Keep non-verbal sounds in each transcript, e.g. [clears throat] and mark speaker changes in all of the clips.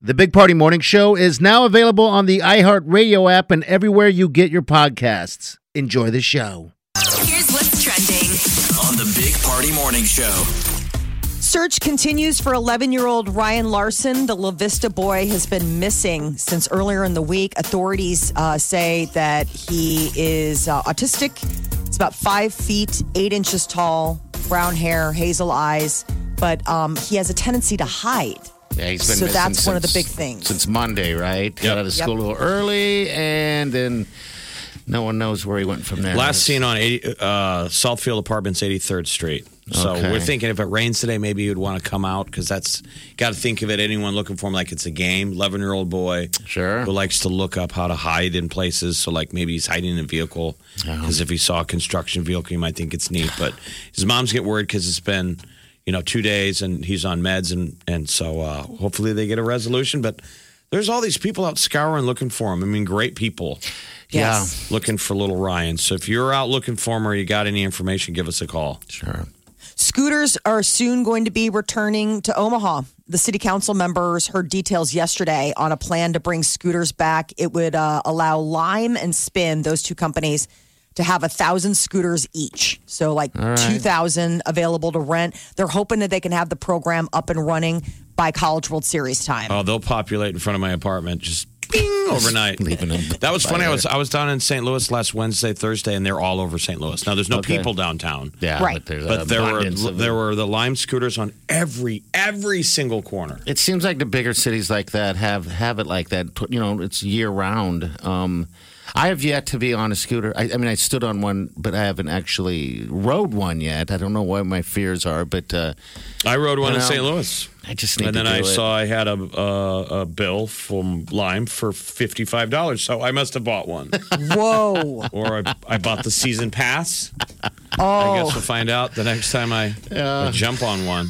Speaker 1: The Big Party Morning Show is now available on the iHeartRadio app and everywhere you get your podcasts. Enjoy the show.
Speaker 2: Here's what's trending.
Speaker 3: on the Big Party Morning Show.
Speaker 4: Search continues for 11 year old Ryan Larson. The La Vista boy has been missing since earlier in the week. Authorities uh, say that he is uh, autistic. It's about five feet, eight inches tall, brown hair, hazel eyes, but um, he has a tendency to hide.
Speaker 1: Yeah, he's been
Speaker 4: So
Speaker 1: missing
Speaker 4: that's one of the
Speaker 1: since-
Speaker 4: big things.
Speaker 1: Since Monday, right? Got out of school a little early, and then no one knows where he went from there.
Speaker 5: Last seen on 80, uh, Southfield Apartments, 83rd Street. So
Speaker 1: Okay.
Speaker 5: we're thinking if it rains today, maybe you'd want to come out because that's got to think of it. Anyone looking for him like it's a game. 11 year old boy
Speaker 1: Sure.
Speaker 5: who likes to look up how to hide in places. So, like, maybe he's hiding in a vehicle because if he saw a construction vehicle, he might think it's neat. But his mom's get worried because it's been, you know, two days and he's on meds. And, and so uh, hopefully they get a resolution. But there's all these people out scouring looking for him. I mean, great people
Speaker 1: Yeah.
Speaker 4: Yes.
Speaker 5: looking for little Ryan. So if you're out looking for him or you got any information, give us a call.
Speaker 1: Sure.
Speaker 4: Scooters are soon going to be returning to Omaha. The city council members heard details yesterday on a plan to bring scooters back. It would uh, allow Lime and Spin, those two companies, to have a thousand scooters each. So, like 2,000 available to rent. They're hoping that they can have the program up and running by College World Series time.
Speaker 5: Oh, they'll populate in front of my apartment just bing, overnight.
Speaker 1: Leaving him.
Speaker 5: That was funny. I was I was down in St. Louis last Wednesday, Thursday, and they're all over St. Louis. Now there's no
Speaker 1: Okay.
Speaker 5: people downtown.
Speaker 1: Yeah,
Speaker 4: Right.
Speaker 1: but, there's
Speaker 5: But there were
Speaker 1: abundance of
Speaker 5: there
Speaker 1: it.
Speaker 5: were the lime scooters on every every single corner.
Speaker 1: It seems like the bigger cities like that have have it like that. tw- You know, it's year round. Um, I have yet to be on a scooter. I, I mean, I stood on one, but I haven't actually rode one yet. I don't know what my fears are, but uh,
Speaker 5: I rode one
Speaker 1: You
Speaker 5: in
Speaker 1: know,
Speaker 5: St. Louis.
Speaker 1: I just need
Speaker 5: And
Speaker 1: to
Speaker 5: then
Speaker 1: do
Speaker 5: I
Speaker 1: it.
Speaker 5: saw I had a, uh, a a bill from Lime for fifty five dollars, so I must have bought one,
Speaker 4: Whoa.
Speaker 5: or I, I bought the season pass. I guess
Speaker 4: Oh,
Speaker 5: we'll find out the next time I, I jump on one.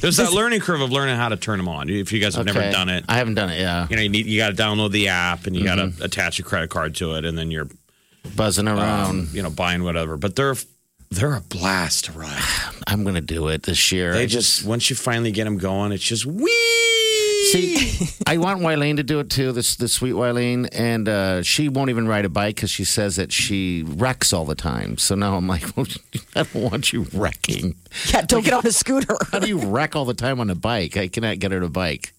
Speaker 5: There's that learning curve of learning how to turn them on. If you guys have never
Speaker 1: Okay.
Speaker 5: done it,
Speaker 1: I haven't done it. Yeah,
Speaker 5: you know you need you got to download the app and you got
Speaker 1: Mm-hmm.
Speaker 5: to attach a credit card to it, and then you're
Speaker 1: buzzing around.
Speaker 5: um, you know buying whatever. But they're they're a blast to
Speaker 1: [sighs]
Speaker 5: ride.
Speaker 1: I'm gonna do it this year.
Speaker 5: They
Speaker 1: I
Speaker 5: just once you finally get them going, it's just wee. [laughs]
Speaker 1: See, I want Wylene to do it too. This the sweet Wylene, and uh, she won't even ride a bike because she says that she wrecks all the time. So now I'm like, [laughs] well, I don't want you wrecking.
Speaker 4: yeah, don't get on a scooter.
Speaker 1: How do you wreck all the time on a bike? I cannot get her to bike.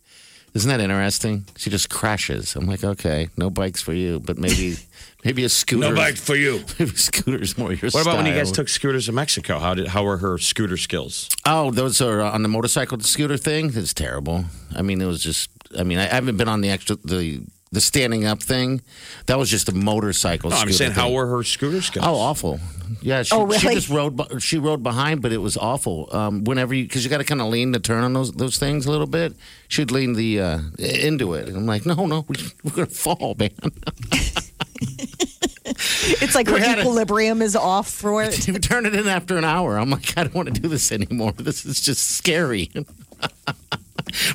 Speaker 1: Isn't that interesting? She just crashes. I'm like, okay, no bikes for you,
Speaker 5: [laughs]
Speaker 1: but maybe maybe a scooter.
Speaker 5: no bike for you.
Speaker 1: [laughs] Maybe a scooter's more your
Speaker 5: What about when you guys took scooters to Mexico? How did how were her scooter skills?
Speaker 1: Oh, those are uh, on the motorcycle scooter thing. It's terrible. I mean, it was just. I mean, I haven't been on the extra the the standing up thing. That was just a motorcycle.
Speaker 5: No, I'm
Speaker 1: scooter
Speaker 5: saying how
Speaker 1: thing.
Speaker 5: were her scooter skills?
Speaker 1: Oh, awful. Yeah, she,
Speaker 4: Oh,
Speaker 1: she
Speaker 4: really?
Speaker 1: just rode. be- She rode behind, but it was awful. Um, whenever you, because you got to kind of lean to turn on those those things a little bit. She'd lean the uh, into it, and I'm like, no, no, [laughs] we're gonna fall, man. [laughs]
Speaker 4: It's like her
Speaker 1: We had a-
Speaker 4: equilibrium is off for
Speaker 1: [laughs]
Speaker 4: it.
Speaker 1: You turn it in after an hour. I'm like, I don't want to do this anymore. This is just scary. [laughs]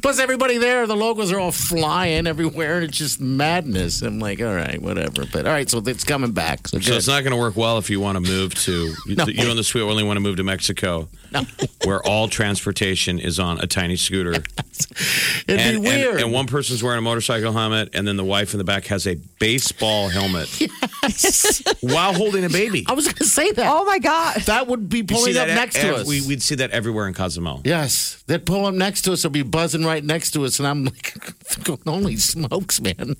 Speaker 1: Plus, everybody there, the logos are all flying everywhere. It's just madness. I'm like, all right, whatever. But all right, so it's coming back. So,
Speaker 5: So
Speaker 1: good.
Speaker 5: it's not going to work well if you want to move to
Speaker 1: [laughs]
Speaker 5: you and the sweet only want to move to Mexico, where all transportation is on a tiny scooter,
Speaker 1: it'd
Speaker 5: and,
Speaker 1: be
Speaker 5: and-
Speaker 1: weird.
Speaker 5: And, one person's wearing a motorcycle helmet, and then the wife in the back has a baseball
Speaker 1: [laughs]
Speaker 5: helmet while holding a baby.
Speaker 1: I was going to say that.
Speaker 4: Oh, my God.
Speaker 1: That would be
Speaker 5: You see
Speaker 1: pulling up
Speaker 5: that e-
Speaker 1: next to
Speaker 5: ev-
Speaker 1: us.
Speaker 5: We, would see that everywhere in Cozumel.
Speaker 1: yes, they'd pull up next to us. They'll be buzzing right next to us, and I'm like, [laughs] holy smokes, man!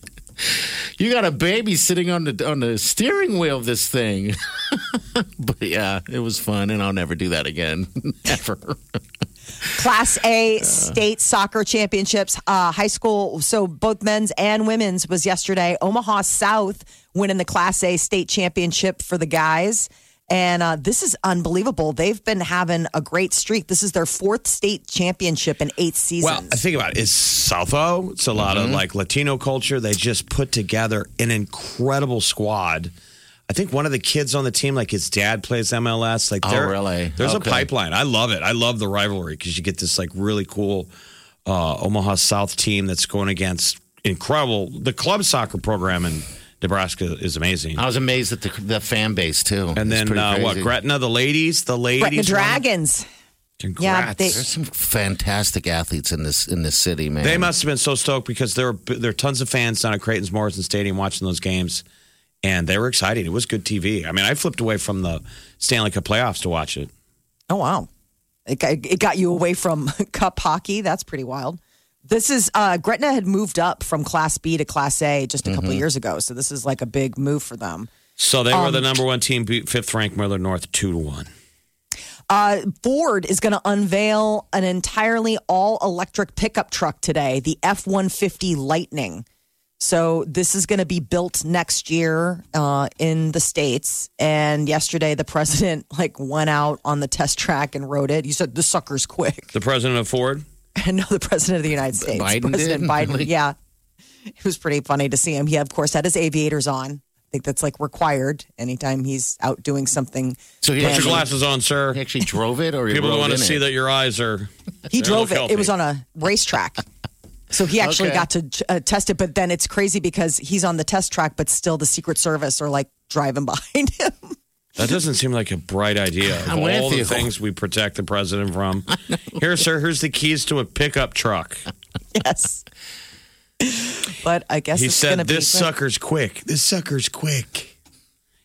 Speaker 1: You got a baby sitting on the on the steering wheel of this thing. [laughs] but yeah, it was fun, and I'll never do that again, [laughs] ever.
Speaker 4: Class
Speaker 5: Uh.
Speaker 4: A state soccer championships, uh, high school. So both men's and women's was yesterday. Omaha South winning the Class A state championship for the guys, And uh, this is unbelievable. They've been having a great streak. This is their fourth state championship in eight
Speaker 5: Well,
Speaker 4: seasons.
Speaker 5: I think about it. It's Salvo. It's a lot
Speaker 1: Mm-hmm.
Speaker 5: of like Latino culture. They just put together an incredible squad. I think one of the kids on the team, like his dad, plays MLS. Like,
Speaker 1: Oh,
Speaker 5: they're-
Speaker 1: really?
Speaker 5: There's
Speaker 1: Okay.
Speaker 5: a pipeline. I love it. I love the rivalry because you get this like really cool uh, Omaha South team that's going against incredible. The club soccer program in Nebraska is amazing.
Speaker 1: I was amazed at the, the fan base too.
Speaker 5: and
Speaker 1: It's
Speaker 5: then
Speaker 1: pretty
Speaker 5: uh, what?
Speaker 1: crazy.
Speaker 5: Gretna, the ladies, the
Speaker 4: Brett the
Speaker 5: ladies, won.
Speaker 4: Dragons.
Speaker 5: Congrats.
Speaker 4: Yeah, they-
Speaker 1: There's some fantastic athletes in this in this city, man.
Speaker 5: They must have been so stoked because there were there are tons of fans down at Creighton's Morrison Stadium watching those games, and they were excited. It was good TV. I mean, I flipped away from the Stanley Cup playoffs to watch it.
Speaker 4: Oh wow, it got, it got you away from [laughs] cup hockey. That's pretty wild. This is uh, Gretna had moved up from Class B to Class A just a couple
Speaker 5: Mm-hmm.
Speaker 4: of years ago, so this is like a big move for them.
Speaker 5: So they
Speaker 1: Um,
Speaker 5: were the number one team, beat fifth ranked Miller North two to one.
Speaker 4: Uh, Ford is going to unveil an entirely all electric pickup truck today, the F 150 Lightning. So, this is going to be built next year uh, in the States. And yesterday, the president [laughs] like went out on the test track and rode it. He said, The sucker's quick. [laughs]
Speaker 5: The president of Ford.
Speaker 4: And no, the president of the United States,
Speaker 1: Biden
Speaker 4: President
Speaker 1: did?
Speaker 4: Biden.
Speaker 1: Really? [laughs]
Speaker 4: Yeah. It was pretty funny to see him. He, of course, had his aviators on. I think that's like required anytime he's out doing something.
Speaker 1: So he
Speaker 5: Put your
Speaker 1: actually,
Speaker 5: glasses on,
Speaker 1: he
Speaker 5: sir.
Speaker 1: actually drove it, or he
Speaker 5: People
Speaker 1: rode
Speaker 5: want to
Speaker 1: in
Speaker 5: see
Speaker 1: it?
Speaker 5: that your eyes are. They
Speaker 4: He
Speaker 5: look
Speaker 4: drove it.
Speaker 5: healthy.
Speaker 4: It was on a racetrack. So he actually
Speaker 1: Okay.
Speaker 4: got to uh, test it, but then it's crazy because he's on the test track, but still the Secret Service are like driving [laughs] behind him.
Speaker 5: That doesn't seem like a bright idea. Of
Speaker 1: [laughs] I'm with
Speaker 5: all the
Speaker 1: you.
Speaker 5: things we protect the president
Speaker 1: [laughs]
Speaker 5: from. Here, sir. Here's the keys to a pickup truck.
Speaker 4: yes. But I guess
Speaker 5: He
Speaker 4: it's
Speaker 5: said,
Speaker 4: gonna
Speaker 5: "This
Speaker 4: be
Speaker 5: sucker's quick. This sucker's quick."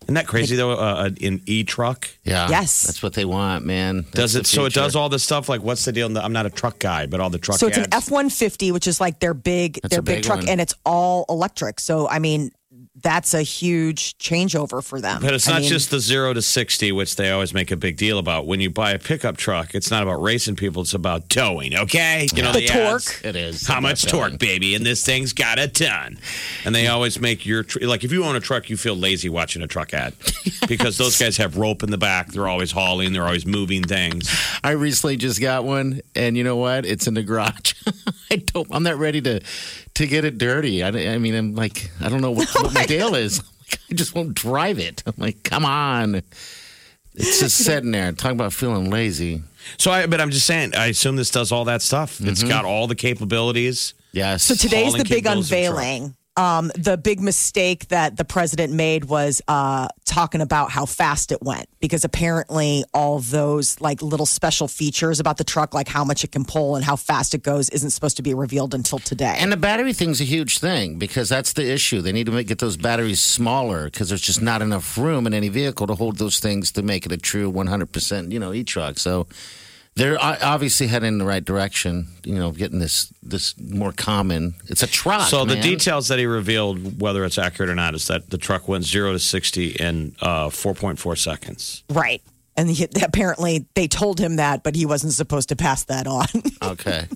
Speaker 5: Isn't that crazy though? Uh, an e truck
Speaker 1: Yeah.
Speaker 4: Yes.
Speaker 1: That's what they want, man.
Speaker 5: does it.
Speaker 1: That's
Speaker 5: So
Speaker 1: the
Speaker 5: it does
Speaker 1: future.
Speaker 5: all this stuff. Like, what's the deal? I'm not a truck guy, but all the truck.
Speaker 4: So it's an
Speaker 5: ads.
Speaker 4: F one fifty, which is like their big
Speaker 1: That's
Speaker 4: their
Speaker 1: a
Speaker 4: big,
Speaker 1: big
Speaker 4: truck,
Speaker 1: one.
Speaker 4: and it's all electric. So I mean, that's a huge changeover for them.
Speaker 5: But it's
Speaker 4: I
Speaker 5: not
Speaker 4: mean,
Speaker 5: just the zero to sixty, which they always make a big deal about. When you buy a pickup truck, it's not about racing people; it's about towing. Okay, you know
Speaker 4: the
Speaker 5: ads.
Speaker 4: torque.
Speaker 1: It is.
Speaker 5: How much torque, baby? And this thing's got a ton. And they always make your tr- like if you own a truck, you feel lazy watching a truck ad because
Speaker 4: [laughs]
Speaker 5: those guys have rope in the back. They're always hauling. They're always moving things.
Speaker 1: I recently just got one, and you know what? It's in the garage. [laughs] I don't. I'm not ready to to get it dirty. I, I mean, I'm like, I don't know what, what my deal is. [laughs] I'm like, I just won't drive it. I'm like, come on. It's just sitting there. Talking about feeling lazy.
Speaker 5: So, I, but I'm just saying, I assume this does all that stuff.
Speaker 1: Mm-hmm.
Speaker 5: It's got all the capabilities.
Speaker 1: Yes.
Speaker 4: So today's
Speaker 5: Hauling
Speaker 4: the big
Speaker 5: Kindles and truck.
Speaker 4: unveiling. Um, the big mistake that the president made was uh, talking about how fast it went because apparently all those like little special features about the truck, like how much it can pull and how fast it goes, isn't supposed to be revealed until today.
Speaker 1: And the battery thing's a huge thing because that's the issue. They need to make, get those batteries smaller because there's just not enough room in any vehicle to hold those things to make it a true 100%, you know, e-truck. So they're o- obviously heading in the right direction, you know, getting this this more common. It's a truck.
Speaker 5: So the
Speaker 1: man.
Speaker 5: details that he revealed, whether it's accurate or not, is that the truck went zero to sixty in uh, four point four seconds.
Speaker 4: right. And he, apparently they told him that, but he wasn't supposed to pass that on. [laughs]
Speaker 1: Okay.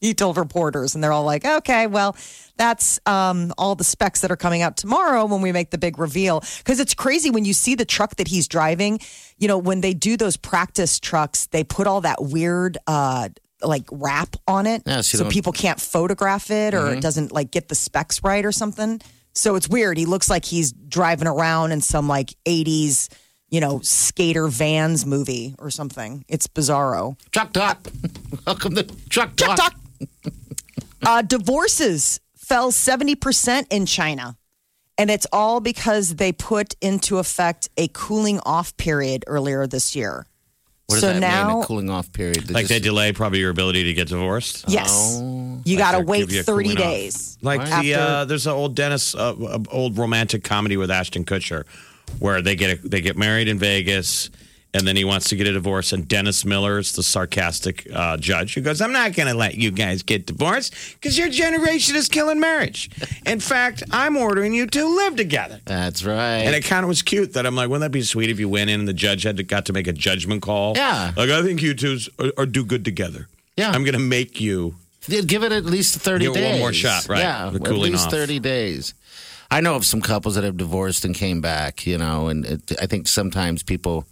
Speaker 4: he told reporters, and they're all like, okay, well, that's um, all the specs that are coming out tomorrow when we make the big reveal. Because it's crazy when you see the truck that he's driving. You know, when they do those practice trucks, they put all that weird. Uh, like wrap on it,
Speaker 1: Yeah, so you
Speaker 4: so
Speaker 1: don't-
Speaker 4: people can't photograph it, or it doesn't like get the specs right, or something. So it's weird. He looks like he's driving around in some like '80s, you know, skater vans movie or something. It's bizarro.
Speaker 1: truck talk. [laughs] Welcome to truck talk.
Speaker 4: Talk, talk. uh, divorces fell 70% in China. And it's all because they put into effect a cooling off period earlier this year.
Speaker 1: What does
Speaker 4: so
Speaker 1: that
Speaker 4: now,
Speaker 1: mean? A cooling off period.
Speaker 5: Like they
Speaker 1: just-
Speaker 5: delay probably your ability to get divorced.
Speaker 4: yes, you got to
Speaker 5: Like
Speaker 4: wait
Speaker 5: give you a
Speaker 4: 30
Speaker 5: cooling off.
Speaker 4: days.
Speaker 5: Like
Speaker 4: Right.
Speaker 5: the
Speaker 4: After-
Speaker 5: uh, there's an old Dennis, uh, uh, old romantic comedy with Ashton Kutcher, where they get a, they get married in Vegas, and then he wants to get a divorce, and Dennis Miller's the sarcastic uh, judge who goes, "I'm not going to let you guys get divorced because your generation is killing marriage. In fact, I'm ordering you to live together."
Speaker 1: That's right.
Speaker 5: And it kind of was cute that I'm like, wouldn't that be sweet if you went in and the judge had to, got to make a judgment call?
Speaker 1: Yeah.
Speaker 5: Like, I think you two are, are do good together.
Speaker 1: Yeah.
Speaker 5: I'm going to make you
Speaker 1: Give it at least 30
Speaker 5: Give it
Speaker 1: days.
Speaker 5: one more shot, right,
Speaker 1: Yeah,
Speaker 5: the
Speaker 1: at
Speaker 5: cooling
Speaker 1: least
Speaker 5: off.
Speaker 1: 30 days. I know of some couples that have divorced and came back, you know, and it, I think sometimes people,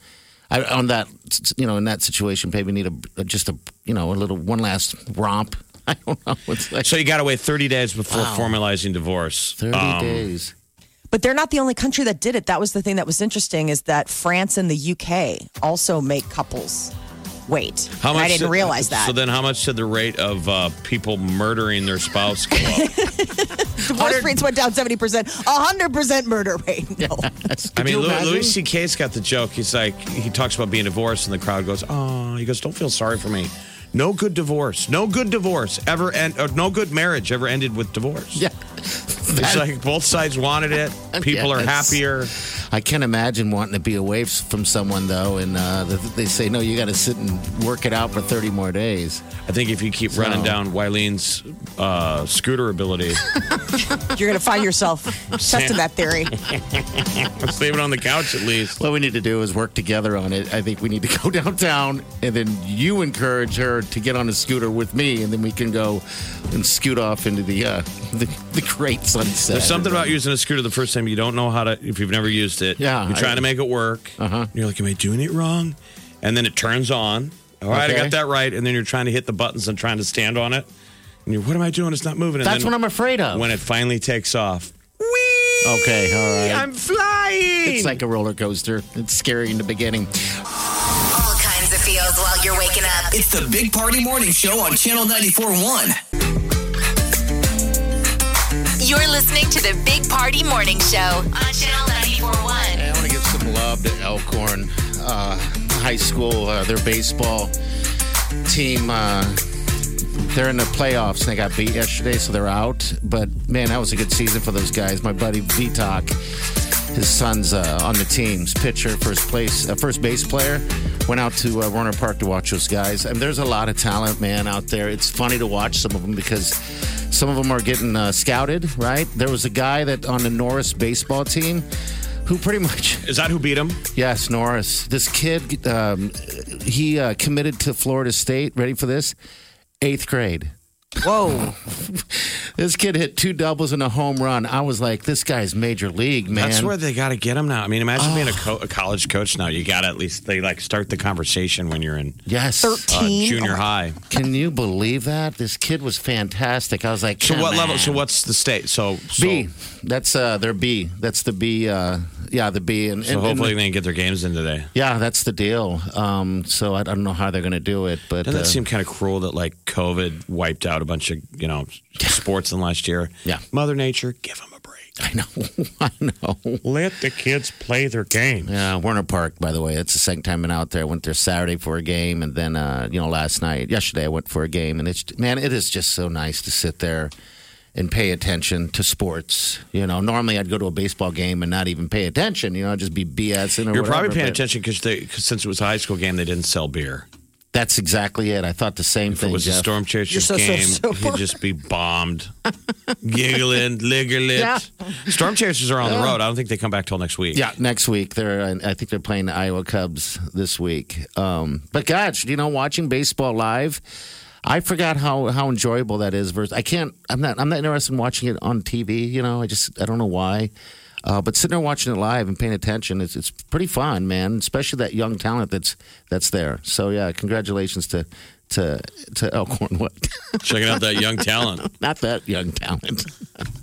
Speaker 1: I, on that, you know, in that situation, maybe need a just a, you know, a little one last romp. [laughs] I don't know. It's like
Speaker 5: So you got to wait 30 days before formalizing divorce.
Speaker 1: 30
Speaker 5: Um,
Speaker 1: days.
Speaker 4: But they're not the only country that did it. That was the thing that was interesting is that France and the UK also make couples wait. And I didn't
Speaker 5: did-
Speaker 4: realize that.
Speaker 5: So then, how much did the rate of uh, people murdering their spouse go
Speaker 1: [laughs]
Speaker 5: up?
Speaker 4: Divorce rates went down 70%, 100% murder rate.
Speaker 5: [laughs]
Speaker 4: No.
Speaker 5: I mean,
Speaker 1: you
Speaker 5: Louis,
Speaker 1: imagine?
Speaker 5: Louis C.K.'s got the joke. He's like, he talks about being divorced, and the crowd goes, "Oh," he goes, "Don't feel sorry for me." No good divorce. No good divorce ever end. Or no good marriage ever ended with divorce.
Speaker 1: Yeah.
Speaker 5: [laughs] It's
Speaker 1: That-
Speaker 5: like both sides wanted
Speaker 1: [laughs]
Speaker 5: it. People are
Speaker 1: Yes.
Speaker 5: happier.
Speaker 1: I can't imagine wanting to be away from someone though, and uh, th- they say no, you got to sit and work it out for thirty more days.
Speaker 5: I think if you keep running
Speaker 1: So-
Speaker 5: down Wylene's uh, scooter
Speaker 1: [laughs]
Speaker 5: ability, [laughs]
Speaker 4: You're going to find yourself testing that theory.
Speaker 5: leave it on the couch at least.
Speaker 1: What we need to do is work together on it. I think we need to [laughs] go downtown, and then you encourage her to get on a scooter with me, and then we can go and scoot off into the uh, [laughs] the, the great sunset.
Speaker 5: There's something about using a scooter the first time you don't know how to, if you've never used it.
Speaker 1: Yeah,
Speaker 5: You're
Speaker 1: I-
Speaker 5: trying to make it work. Uh-huh. You're like, am I doing it wrong? And then it turns on. All right, I
Speaker 1: Okay.
Speaker 5: got that right. And then you're trying to hit the buttons and trying to stand on it. And you're, what am I doing? It's not moving. And
Speaker 1: That's
Speaker 5: then
Speaker 1: what I'm afraid of.
Speaker 5: When it finally takes off, whee!
Speaker 1: Okay, all right.
Speaker 5: I'm flying.
Speaker 1: it's like a roller coaster. It's scary in the beginning.
Speaker 2: All kinds of feels while you're waking up.
Speaker 3: It's the Big Party Morning Show on Channel 94.1.
Speaker 2: You're listening to the Big Party Morning Show on Channel 941.
Speaker 1: Hey, I want to give some love to Elkhorn uh, High School. Uh, their baseball team, uh, they're in the playoffs and they got beat yesterday, so they're out. But man, that was a good season for those guys. My buddy Vitok, his son's uh, on the team's pitcher, first place, uh, first base player, went out to uh, Warner Park to watch those guys. And there's a lot of talent, man, out there. It's funny to watch some of them because some of them are getting uh, scouted, right? There was a guy that on the Norris baseball team who pretty [laughs] much,
Speaker 5: Is that who beat him?
Speaker 1: yes, Norris. This kid, um, he uh, committed to Florida State. Ready for this? Eighth grade.
Speaker 4: Whoa.
Speaker 1: [laughs] This kid hit two doubles and a home run. I was like, this guy's major league, man. Ah.
Speaker 5: That's where they got to get him now. I mean, imagine being a, co- a college coach now. You got to at least they like start the conversation when you're in
Speaker 1: yes.
Speaker 4: 13.
Speaker 5: uh,
Speaker 4: Teen?
Speaker 1: Oh
Speaker 5: junior high.
Speaker 1: Can you believe that? This kid was fantastic. I was like,
Speaker 5: So
Speaker 1: come
Speaker 5: what level?
Speaker 1: on.
Speaker 5: So what's the state? So, so
Speaker 1: B. That's uh, their B. That's the B. Uh, yeah, the B. And,
Speaker 5: So
Speaker 1: and- and-
Speaker 5: hopefully they can get their games in today.
Speaker 1: yeah, that's the deal. Um, so I, I don't know how they're going to do it, but
Speaker 5: Doesn't
Speaker 1: uh,
Speaker 5: that seem kind of cruel that like COVID wiped out a bunch of you know sports in last year?
Speaker 1: Yeah.
Speaker 5: Mother Nature, give them a break.
Speaker 1: [laughs] I know, [laughs] I know.
Speaker 5: Let the kids play their game.
Speaker 1: Yeah, Warner Park, by the way. It's the second time I'm out there. I went there Saturday for a game, and then uh, you know last night, yesterday, I went for a game, and it's man, it is just so nice to sit there and pay attention to sports. You know, normally I'd go to a baseball game and not even pay attention. You know, I'd just be BSing. Or
Speaker 5: You're
Speaker 1: whatever,
Speaker 5: probably paying
Speaker 1: but
Speaker 5: attention because since it was a high school game, they didn't sell beer.
Speaker 1: That's exactly it. I thought the same
Speaker 5: If
Speaker 1: thing.
Speaker 5: it was a
Speaker 1: Jeff.
Speaker 5: Storm Chasers
Speaker 4: You're so, so
Speaker 5: game,
Speaker 4: sober.
Speaker 5: you'd just be bombed, giggling, liquor
Speaker 1: Yeah.
Speaker 5: lips. Storm Chasers are on the road. I don't think they come back till next week.
Speaker 1: Yeah, next week they're. I think they're playing the Iowa Cubs this week. Um, but gosh, you know, watching baseball live, I forgot how how enjoyable that is. Versus, I can't. I'm not. I'm not interested in watching it on TV. You know, I just. I don't know why. Uh, but sitting there watching it live and paying attention, it's it's pretty fun, man. Especially that young talent that's that's there. So yeah, congratulations to to to Elkhorn. [laughs] What?
Speaker 5: Checking out that young talent.
Speaker 1: not that young talent.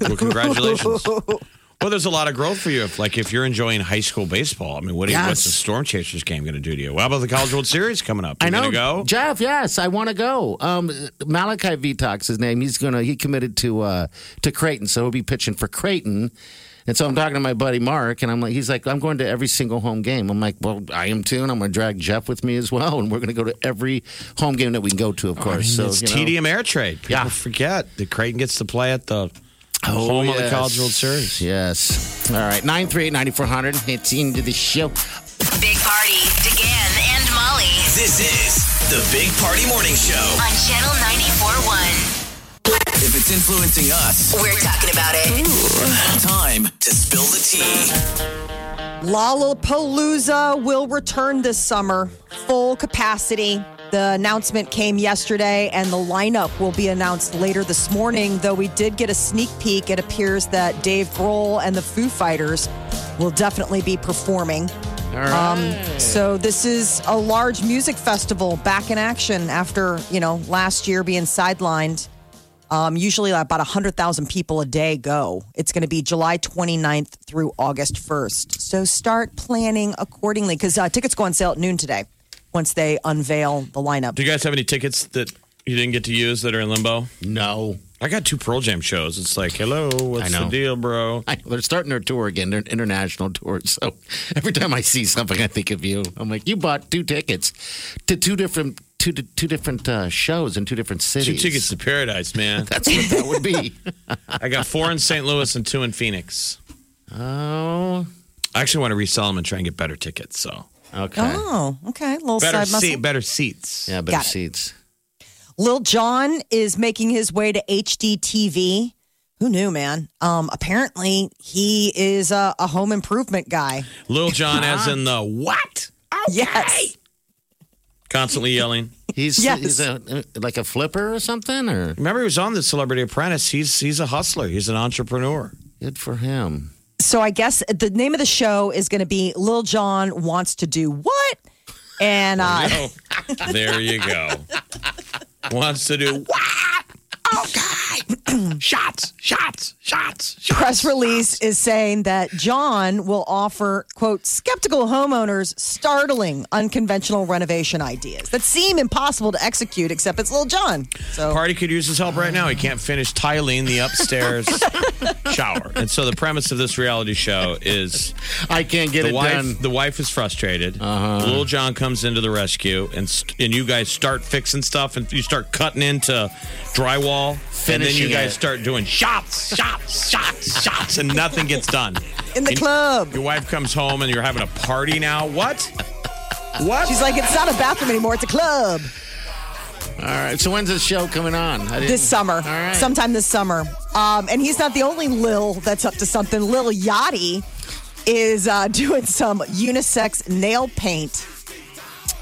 Speaker 5: Well, [laughs] congratulations. Well, there's a lot of growth for you. If, like, if you're enjoying high school baseball, I mean, what do you, what's
Speaker 1: Yes.
Speaker 5: the Storm Chasers game going to do to you? Well, how about the College World Series coming up? You
Speaker 1: I know,
Speaker 5: Gonna go?
Speaker 1: Jeff. Yes, I want to go. Um, Malachi Vitok's his name. He's gonna. He committed to uh, to Creighton, so he'll be pitching for Creighton. And so I'm talking to my buddy Mark, and I'm like, he's like, I'm going to every single home game. I'm like, well, I am too, and I'm going to drag Jeff with me as well, and we're going to go to every home game that we can go to, of course.
Speaker 5: Oh, it's
Speaker 1: so you know.
Speaker 5: TD Ameritrade. People
Speaker 1: Yeah.
Speaker 5: forget that Creighton gets to play at the
Speaker 1: Oh,
Speaker 5: home of the
Speaker 1: yes.
Speaker 5: College World Series.
Speaker 1: Yes. All right. 938 9400. It's into the show.
Speaker 2: Big Party, DeGan and Molly
Speaker 3: This is the Big Party Morning Show.
Speaker 2: on Channel 941.
Speaker 3: If it's influencing us,
Speaker 2: We're talking about it.
Speaker 3: time to spill the tea.
Speaker 4: Lollapalooza will return this summer, full capacity. The announcement came yesterday, and the lineup will be announced later this morning. Though we did get a sneak peek, it appears that Dave Grohl and the Foo Fighters will definitely be performing. Um, so this is a large music festival back in action after you know last year being sidelined. Um, usually about 100,000 people a day go. It's going to be July 29th through August 1st. So start planning accordingly because uh, tickets go on sale at noon today once they unveil the lineup.
Speaker 5: Do you guys have any tickets that you didn't get to use that are in limbo?
Speaker 1: No.
Speaker 5: I got two Pearl Jam shows. It's like, hello, what's
Speaker 1: I
Speaker 5: the
Speaker 1: know.
Speaker 5: deal, bro?
Speaker 1: [laughs] I know they're starting their tour again, their international tour. So every time I see something, I think of you. I'm like, you bought two tickets to two different two two different uh, shows in two different
Speaker 5: Two
Speaker 1: cities.
Speaker 5: tickets to paradise, [laughs] man.
Speaker 1: That's what that
Speaker 5: [laughs]
Speaker 1: would be.
Speaker 5: I got four in St. Louis and two in Phoenix.
Speaker 1: oh,
Speaker 5: I actually want to resell them and try and get better tickets. So
Speaker 1: okay.
Speaker 4: Oh, okay. Little
Speaker 5: better
Speaker 4: side muscle.
Speaker 5: seat, better seats.
Speaker 1: Yeah, better
Speaker 4: Got it.
Speaker 1: seats.
Speaker 4: Lil Jon is making his way to HDTV. Who knew, man? Um, apparently, he is a, a home improvement guy.
Speaker 5: Lil John, as in the what?
Speaker 4: Yes.
Speaker 5: Constantly yelling.
Speaker 1: He's
Speaker 4: Yes.
Speaker 1: he's a, uh, like a flipper or something, or
Speaker 5: Remember, he was on the Celebrity Apprentice. He's he's a hustler. He's an entrepreneur.
Speaker 1: good for him.
Speaker 4: So I guess the name of the show is going to be Lil Jon Wants to Do What? And uh,
Speaker 5: Oh, there you go. Wants to do
Speaker 3: Shots, shots, shots, shots.
Speaker 4: press release is saying that John will offer, quote, skeptical homeowners startling, unconventional renovation ideas that seem impossible to execute, except it's Lil Jon. So
Speaker 5: Party could use his help right now. He can't finish tiling the [laughs] upstairs shower. And so the premise of this reality show is
Speaker 1: I can't get
Speaker 5: the
Speaker 1: it
Speaker 5: wife
Speaker 1: done.
Speaker 5: the wife is frustrated. Little John comes into the rescue and st- and you guys start fixing stuff and you start cutting into drywall and then you
Speaker 1: Finishing
Speaker 5: guys
Speaker 1: it.
Speaker 5: start doing shots, shots, shots, shots and nothing gets done.
Speaker 4: in the club.
Speaker 5: Your wife comes home and you're having a party now. What? What?
Speaker 4: She's like, it's not a bathroom anymore, it's a club.
Speaker 1: All right. So when's this show coming on? I didn't-
Speaker 4: this summer,
Speaker 1: All right.
Speaker 4: sometime this summer. Um, and he's not the only Lil that's up to something. Lil Yachty is uh, [laughs] doing some unisex nail paint.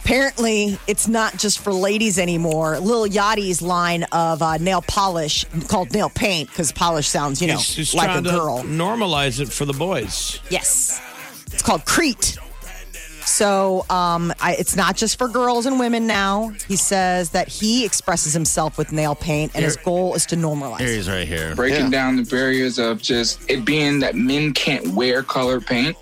Speaker 4: Apparently, it's not just for ladies anymore. Lil Yachty's line of uh, nail polish called nail paint because polish sounds, you know,
Speaker 5: He's just
Speaker 4: like a
Speaker 5: trying to
Speaker 4: girl.
Speaker 5: normalize it for the boys.
Speaker 4: Yes. It's called Crete. So um, I, it's not just for girls and women now. He says that he expresses himself with nail paint, and his goal is to normalize.
Speaker 1: Here
Speaker 4: it.
Speaker 1: he's right here.
Speaker 6: breaking down the barriers of just it being that men can't wear colored paint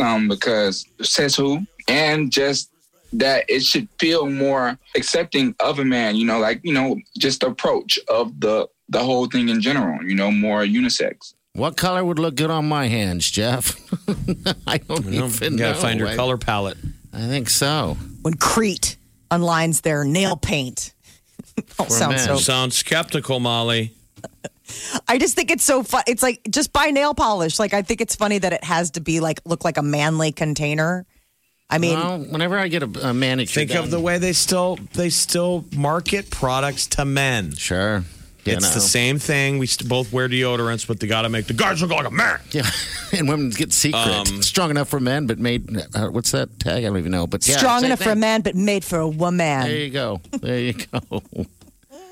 Speaker 6: um, because says who and just that it should feel more accepting of a man you know like you know just the approach of the the whole thing in general you know more unisex
Speaker 1: What color would look good on my hands, Jeff? [laughs] I don't even
Speaker 5: you gotta
Speaker 1: know.
Speaker 5: find your
Speaker 1: I-
Speaker 5: color palette.
Speaker 1: I think so.
Speaker 4: when Crete unlines their nail paint. [laughs] Oh, sounds
Speaker 1: men.
Speaker 4: so.
Speaker 5: Sounds skeptical, Molly.
Speaker 4: I just think it's so fun. It's like just buy nail polish. Like I think it's funny that it has to be like look like a manly container. I mean,
Speaker 1: Well, whenever I get a, a manicure,
Speaker 5: Think of the
Speaker 1: done-
Speaker 5: way they still they still market products to men.
Speaker 1: sure. You
Speaker 5: it's
Speaker 1: know.
Speaker 5: the same thing. We st- both wear deodorants, but they gotta make the guys look like a man.
Speaker 1: Yeah, [laughs] and women get secret.
Speaker 5: Um,
Speaker 1: Strong enough for men, but made. Uh, what's that tag? I don't even know. But yeah,
Speaker 4: strong
Speaker 1: same
Speaker 4: enough for a
Speaker 1: thing.
Speaker 4: man, but made for a woman.
Speaker 1: There you go. There you go. [laughs]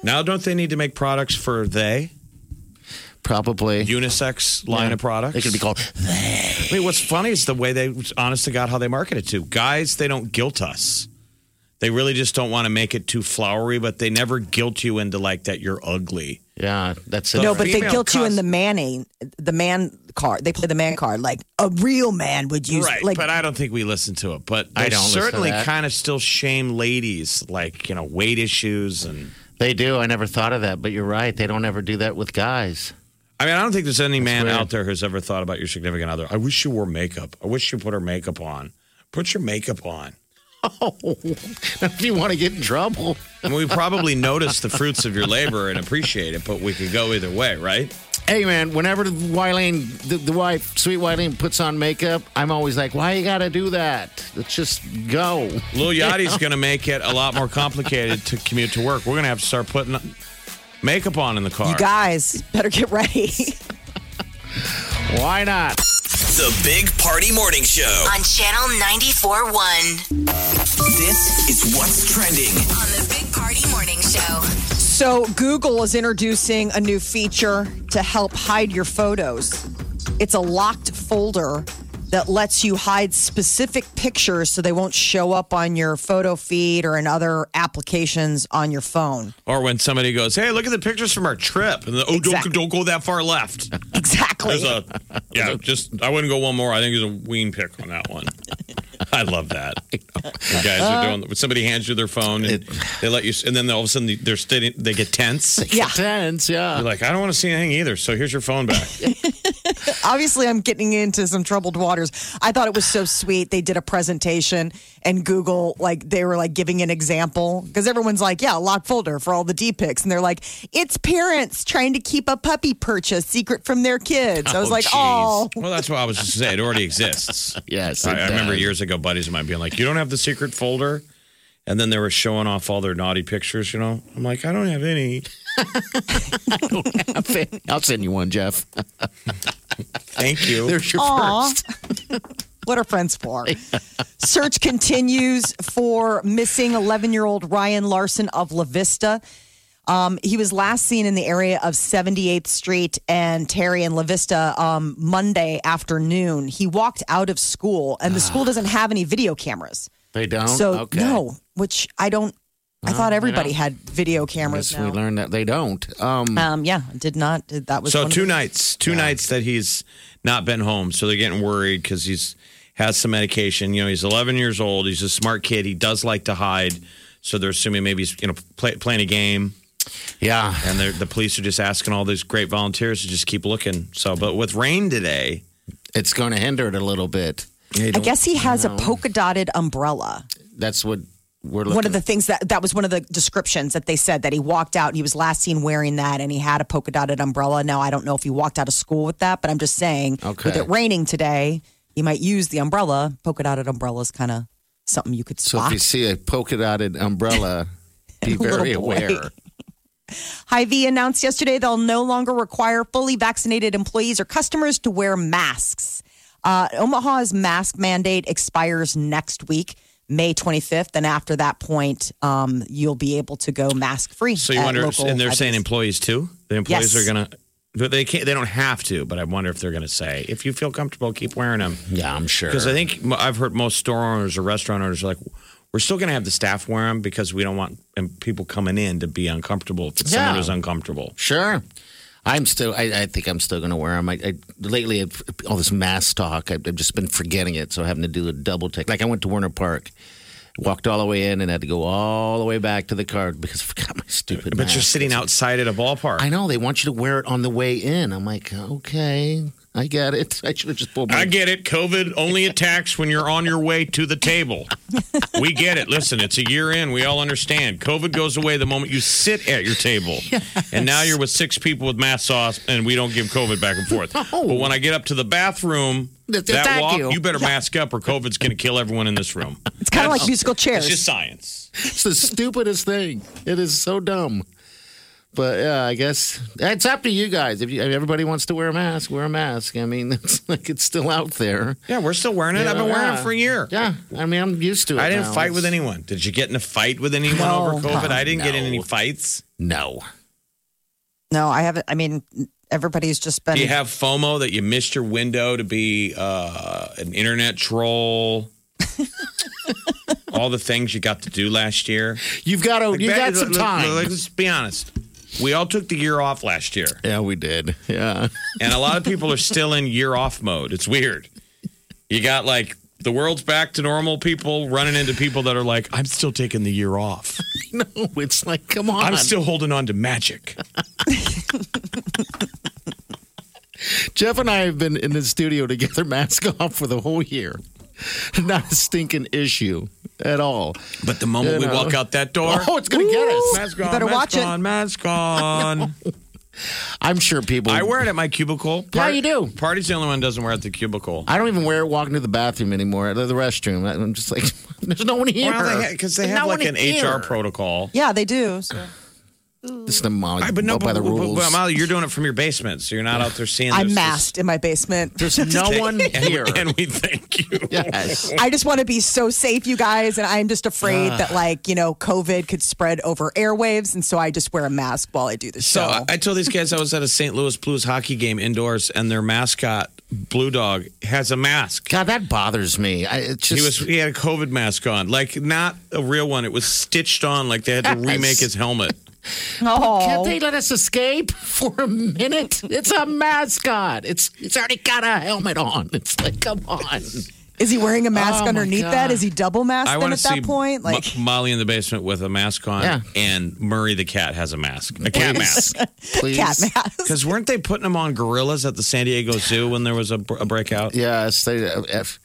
Speaker 5: Now, don't they need to make products for they
Speaker 1: Probably.
Speaker 5: unisex line of products?
Speaker 1: They could be called.
Speaker 5: I mean, what's funny is the way they, honest to God, how they market it to guys. They don't guilt us. They really just don't want to make it too flowery, but they never guilt you into like that. You're ugly.
Speaker 1: Yeah, that's it.
Speaker 4: no,
Speaker 5: Right.
Speaker 4: but they
Speaker 5: Female
Speaker 4: guilt you in
Speaker 5: cos-
Speaker 4: the manning, the man card. They play the man card like a real man would use.
Speaker 5: right
Speaker 4: Like
Speaker 5: but i don't think we listen to it but i
Speaker 1: I don't listen to
Speaker 5: certainly
Speaker 1: that.
Speaker 5: kind of still shame ladies like you know weight issues and
Speaker 1: they do. I never thought of that, but you're right. They don't ever do that with guys. [laughs]
Speaker 5: i mean i don't think there's any man
Speaker 1: weird.
Speaker 5: out there who's ever thought about your significant other i wish you wore makeup i wish you put her makeup on put your makeup on
Speaker 1: if you want to get in trouble,
Speaker 5: I mean, we probably notice the fruits of your labor and appreciate it but we could go either way right
Speaker 1: hey man, whenever the Wylene, the, the wife, sweet Wylene, puts on makeup, I'm always like, why you got to do that? Let's just go.
Speaker 5: lil yachty's gonna make it a lot more complicated to commute to work we're gonna have to start putting makeup on in the car
Speaker 4: [laughs] you guys better get ready.
Speaker 1: Why not?
Speaker 7: The Big Party Morning Show.
Speaker 2: on Channel 94.1.
Speaker 7: This is what's trending.
Speaker 2: On the Big Party Morning Show.
Speaker 4: So, Google is introducing a new feature to help hide your photos. It's a locked folder that lets you hide specific pictures so they won't show up on your photo feed or in other applications on your phone.
Speaker 5: Or when somebody goes, "Hey, look at the pictures from our trip," and the, oh,
Speaker 4: Exactly.
Speaker 5: don't don't go that far left.
Speaker 4: Exactly.
Speaker 5: There's
Speaker 1: [laughs]
Speaker 5: a yeah, just I wouldn't go one more. I think there's a wean pick on
Speaker 1: [laughs]
Speaker 5: that one. I love that. The guys are doing. Somebody hands you their phone and they let you, and then all of a sudden they're sitting. They get
Speaker 1: [laughs]
Speaker 5: tense.
Speaker 4: yeah.
Speaker 1: Tense, yeah.
Speaker 5: You're like, I don't want to see anything either. So here's your phone
Speaker 1: [laughs]
Speaker 5: back.
Speaker 4: Obviously, I'm getting into some troubled waters. I thought it was so sweet. They did a presentation and Google, like, they were like giving an example because everyone's like, yeah, lock folder for all the D pics. And they're like, it's parents trying to keep a puppy purchase secret from their kids. I was like,
Speaker 5: jeez.
Speaker 4: oh,
Speaker 5: Well, that's what I was just saying. It already exists.
Speaker 1: Yes, it
Speaker 5: I, I remember
Speaker 1: does.
Speaker 5: years ago, buddies of mine being like, "You don't have the secret folder," and then they were showing off all their naughty pictures. You know, I'm like, I don't have any.
Speaker 1: I'll send you one, Jeff.
Speaker 5: Thank you.
Speaker 1: There's your
Speaker 4: Aw.
Speaker 1: first.
Speaker 4: [laughs] what are friends
Speaker 1: [laughs]
Speaker 4: for? Search continues for missing 11 year old Ryan Larson of La Vista. Um, he was last seen in the area of 78th Street and Terry and La Vista um, Monday afternoon. He walked out of school, and the school doesn't have any video cameras.
Speaker 1: They don't.
Speaker 4: So,
Speaker 1: Ah. Oh, okay.
Speaker 4: no, which I don't, I thought everybody had video cameras.
Speaker 1: Yes, we
Speaker 4: Now.
Speaker 1: learned that they don't. Um,
Speaker 4: Um, yeah, did not. did- That was
Speaker 5: so
Speaker 4: one of
Speaker 5: two
Speaker 4: the-
Speaker 5: nights, two nights that he's not been home. So they're getting worried because he's has some medication. You know, he's 11 years old. He's a smart kid. He does like to hide. So they're assuming maybe he's you know play, playing a game.
Speaker 1: yeah.
Speaker 5: and they're- the police are just asking all these great volunteers to just keep looking. So, but with rain today,
Speaker 1: It's going to hinder it a little bit.
Speaker 4: I guess he has a polka dotted umbrella.
Speaker 1: That's what we're looking
Speaker 4: one of the things that that was one of the descriptions that they said that he walked out and he was last seen wearing that and he had a polka dotted umbrella. Now I don't know if he walked out of school with that, but I'm just saying
Speaker 1: Okay.
Speaker 4: with it raining today, you might use the umbrella. Polka dotted umbrella is kind of something you could
Speaker 1: So if
Speaker 4: spot.
Speaker 1: you see a polka dotted umbrella,
Speaker 4: [laughs]
Speaker 1: be
Speaker 4: Little
Speaker 1: very
Speaker 4: boy.
Speaker 1: aware.
Speaker 4: Hy-Vee announced yesterday they'll no longer require fully vaccinated employees or customers to wear masks. Uh, Omaha's mask mandate expires next week. May 25th, and after that point, um, you'll be able to go mask free.
Speaker 5: so you wonder, and they're saying employees too. The employees
Speaker 4: Yes.
Speaker 5: are gonna, but they can't, they don't have to. But I wonder if they're gonna say, if you feel comfortable, keep wearing them.
Speaker 1: Yeah, I'm sure.
Speaker 5: Because I think m- I've heard most store owners or restaurant owners are like, we're still gonna have the staff wear them because we don't want um, people coming in to be uncomfortable if it's someone
Speaker 1: Yeah.
Speaker 5: who's uncomfortable.
Speaker 1: Sure. I'm still. I, I think I'm still going to wear them. I, I lately I've, all this mask talk. I've, I've just been forgetting it, so having to do a double take. Like I went to Warner Park, walked all the way in, and had to go all the way back to the car because [laughs] I forgot my stupid.
Speaker 5: But you're
Speaker 1: mask.
Speaker 5: sitting outside at a ballpark.
Speaker 1: I know they want you to wear it on the way in. I'm like, okay, I get it. [laughs] I should have just pulled. My,
Speaker 5: I get it. COVID only attacks when you're on your way to the table. We get it. Listen, it's a year in. We all understand. COVID goes away the moment you sit at your table. And now you're with six people with masks off, and we don't give COVID back and forth. But when I get up to the bathroom,
Speaker 1: They- they
Speaker 5: that
Speaker 1: attack
Speaker 5: walk, you,
Speaker 1: you.
Speaker 5: better mask up, or COVID's going to kill everyone in this room.
Speaker 4: It's kind of like musical chairs.
Speaker 5: It's just science.
Speaker 1: It's the stupidest thing. It is so dumb. But yeah, I guess it's up to you guys. If, you, if everybody wants to wear a mask, wear a mask. I mean, [laughs] it's like it's still out there.
Speaker 5: Yeah, we're still wearing it. I've been wearing it for a year.
Speaker 1: Yeah, I mean, I'm used to it.
Speaker 5: I didn't
Speaker 1: now.
Speaker 5: fight with anyone. Did you get in a fight with anyone
Speaker 4: No.
Speaker 5: over COVID? I didn't get in any
Speaker 1: No.
Speaker 5: fights.
Speaker 1: No.
Speaker 4: No, I haven't. I mean, everybody's just been.
Speaker 5: Do you have FOMO that you missed your window to be uh, an internet
Speaker 1: [laughs]
Speaker 5: troll? All the things you got to do last year.
Speaker 1: You've got to. You
Speaker 5: Like,
Speaker 1: got some
Speaker 5: let-
Speaker 1: time.
Speaker 5: let- Let's be honest. We all took the year off last year,
Speaker 1: yeah, we did. Yeah. [laughs]
Speaker 5: and a lot of people are still in year off mode. It's weird. You got like the world's back to normal. People running into people that are like, "I'm still taking the year off.
Speaker 1: no, it's like, come on.
Speaker 5: I'm still holding on to magic."
Speaker 1: Jeff and I have been in the studio together, [laughs] mask off, for the whole year. [laughs] Not a stinking issue at all.
Speaker 5: But the moment
Speaker 1: You
Speaker 5: we
Speaker 1: know.
Speaker 5: walk out that door,
Speaker 1: Oh, it's going to get us.
Speaker 5: mask on,
Speaker 4: better
Speaker 5: mask
Speaker 4: watch it.
Speaker 5: on, mask on.
Speaker 1: I'm sure
Speaker 5: [laughs]
Speaker 1: people.
Speaker 5: I wear it at my cubicle.
Speaker 1: Yeah, you do.
Speaker 5: Party's the only one who doesn't wear it at the cubicle.
Speaker 1: I don't even wear it walking to the bathroom anymore, the the restroom. I'm just like, [laughs] there's no one here.
Speaker 5: Because they,
Speaker 1: There's
Speaker 5: have
Speaker 1: no
Speaker 5: like
Speaker 1: one
Speaker 5: an
Speaker 1: here.
Speaker 5: HR protocol.
Speaker 4: yeah, they do. So.
Speaker 1: This is the Molly.
Speaker 5: All right, but no,
Speaker 1: by the
Speaker 5: but- but-
Speaker 1: rules.
Speaker 5: but Molly, you're doing it from your basement, so you're not out there seeing.
Speaker 4: I'm
Speaker 5: this-
Speaker 4: masked in my basement. [laughs]
Speaker 1: There's no one here.
Speaker 5: [laughs] and we thank you.
Speaker 1: yes.
Speaker 4: I just want to be so safe, you guys, and I'm just afraid that
Speaker 5: Ah.
Speaker 4: like you know COVID could spread over airwaves, and so I just wear a mask while I do the
Speaker 5: So uh,
Speaker 4: show.
Speaker 5: I, I told these kids I was at a St. Louis Blues hockey game indoors, and their mascot Blue Dog has a mask.
Speaker 1: God, that bothers me. I, it just,
Speaker 5: He was he had a COVID mask on, like not a real one. It was stitched on, like they had to
Speaker 1: Yes.
Speaker 5: remake his helmet.
Speaker 1: Can't
Speaker 4: oh,
Speaker 1: they let us escape [laughs] for a minute? It's a mascot. It's it's already got a helmet on. It's like, come
Speaker 4: [laughs]
Speaker 1: on.
Speaker 4: is he wearing a mask
Speaker 1: Oh, my
Speaker 4: underneath that?
Speaker 1: God.
Speaker 4: Is he double masked
Speaker 5: I
Speaker 4: then
Speaker 5: want
Speaker 4: at
Speaker 5: to see
Speaker 4: that point?
Speaker 5: Mo-
Speaker 4: Like, [laughs]
Speaker 5: Molly in the basement with a mask on,
Speaker 1: Yeah.
Speaker 5: and Murray the cat has a mask, a cat mask.
Speaker 1: Please.
Speaker 4: cat mask.
Speaker 5: Because weren't they putting them on gorillas at the San Diego Zoo when there was a, br- a breakout?
Speaker 1: Yes, they. uh, F-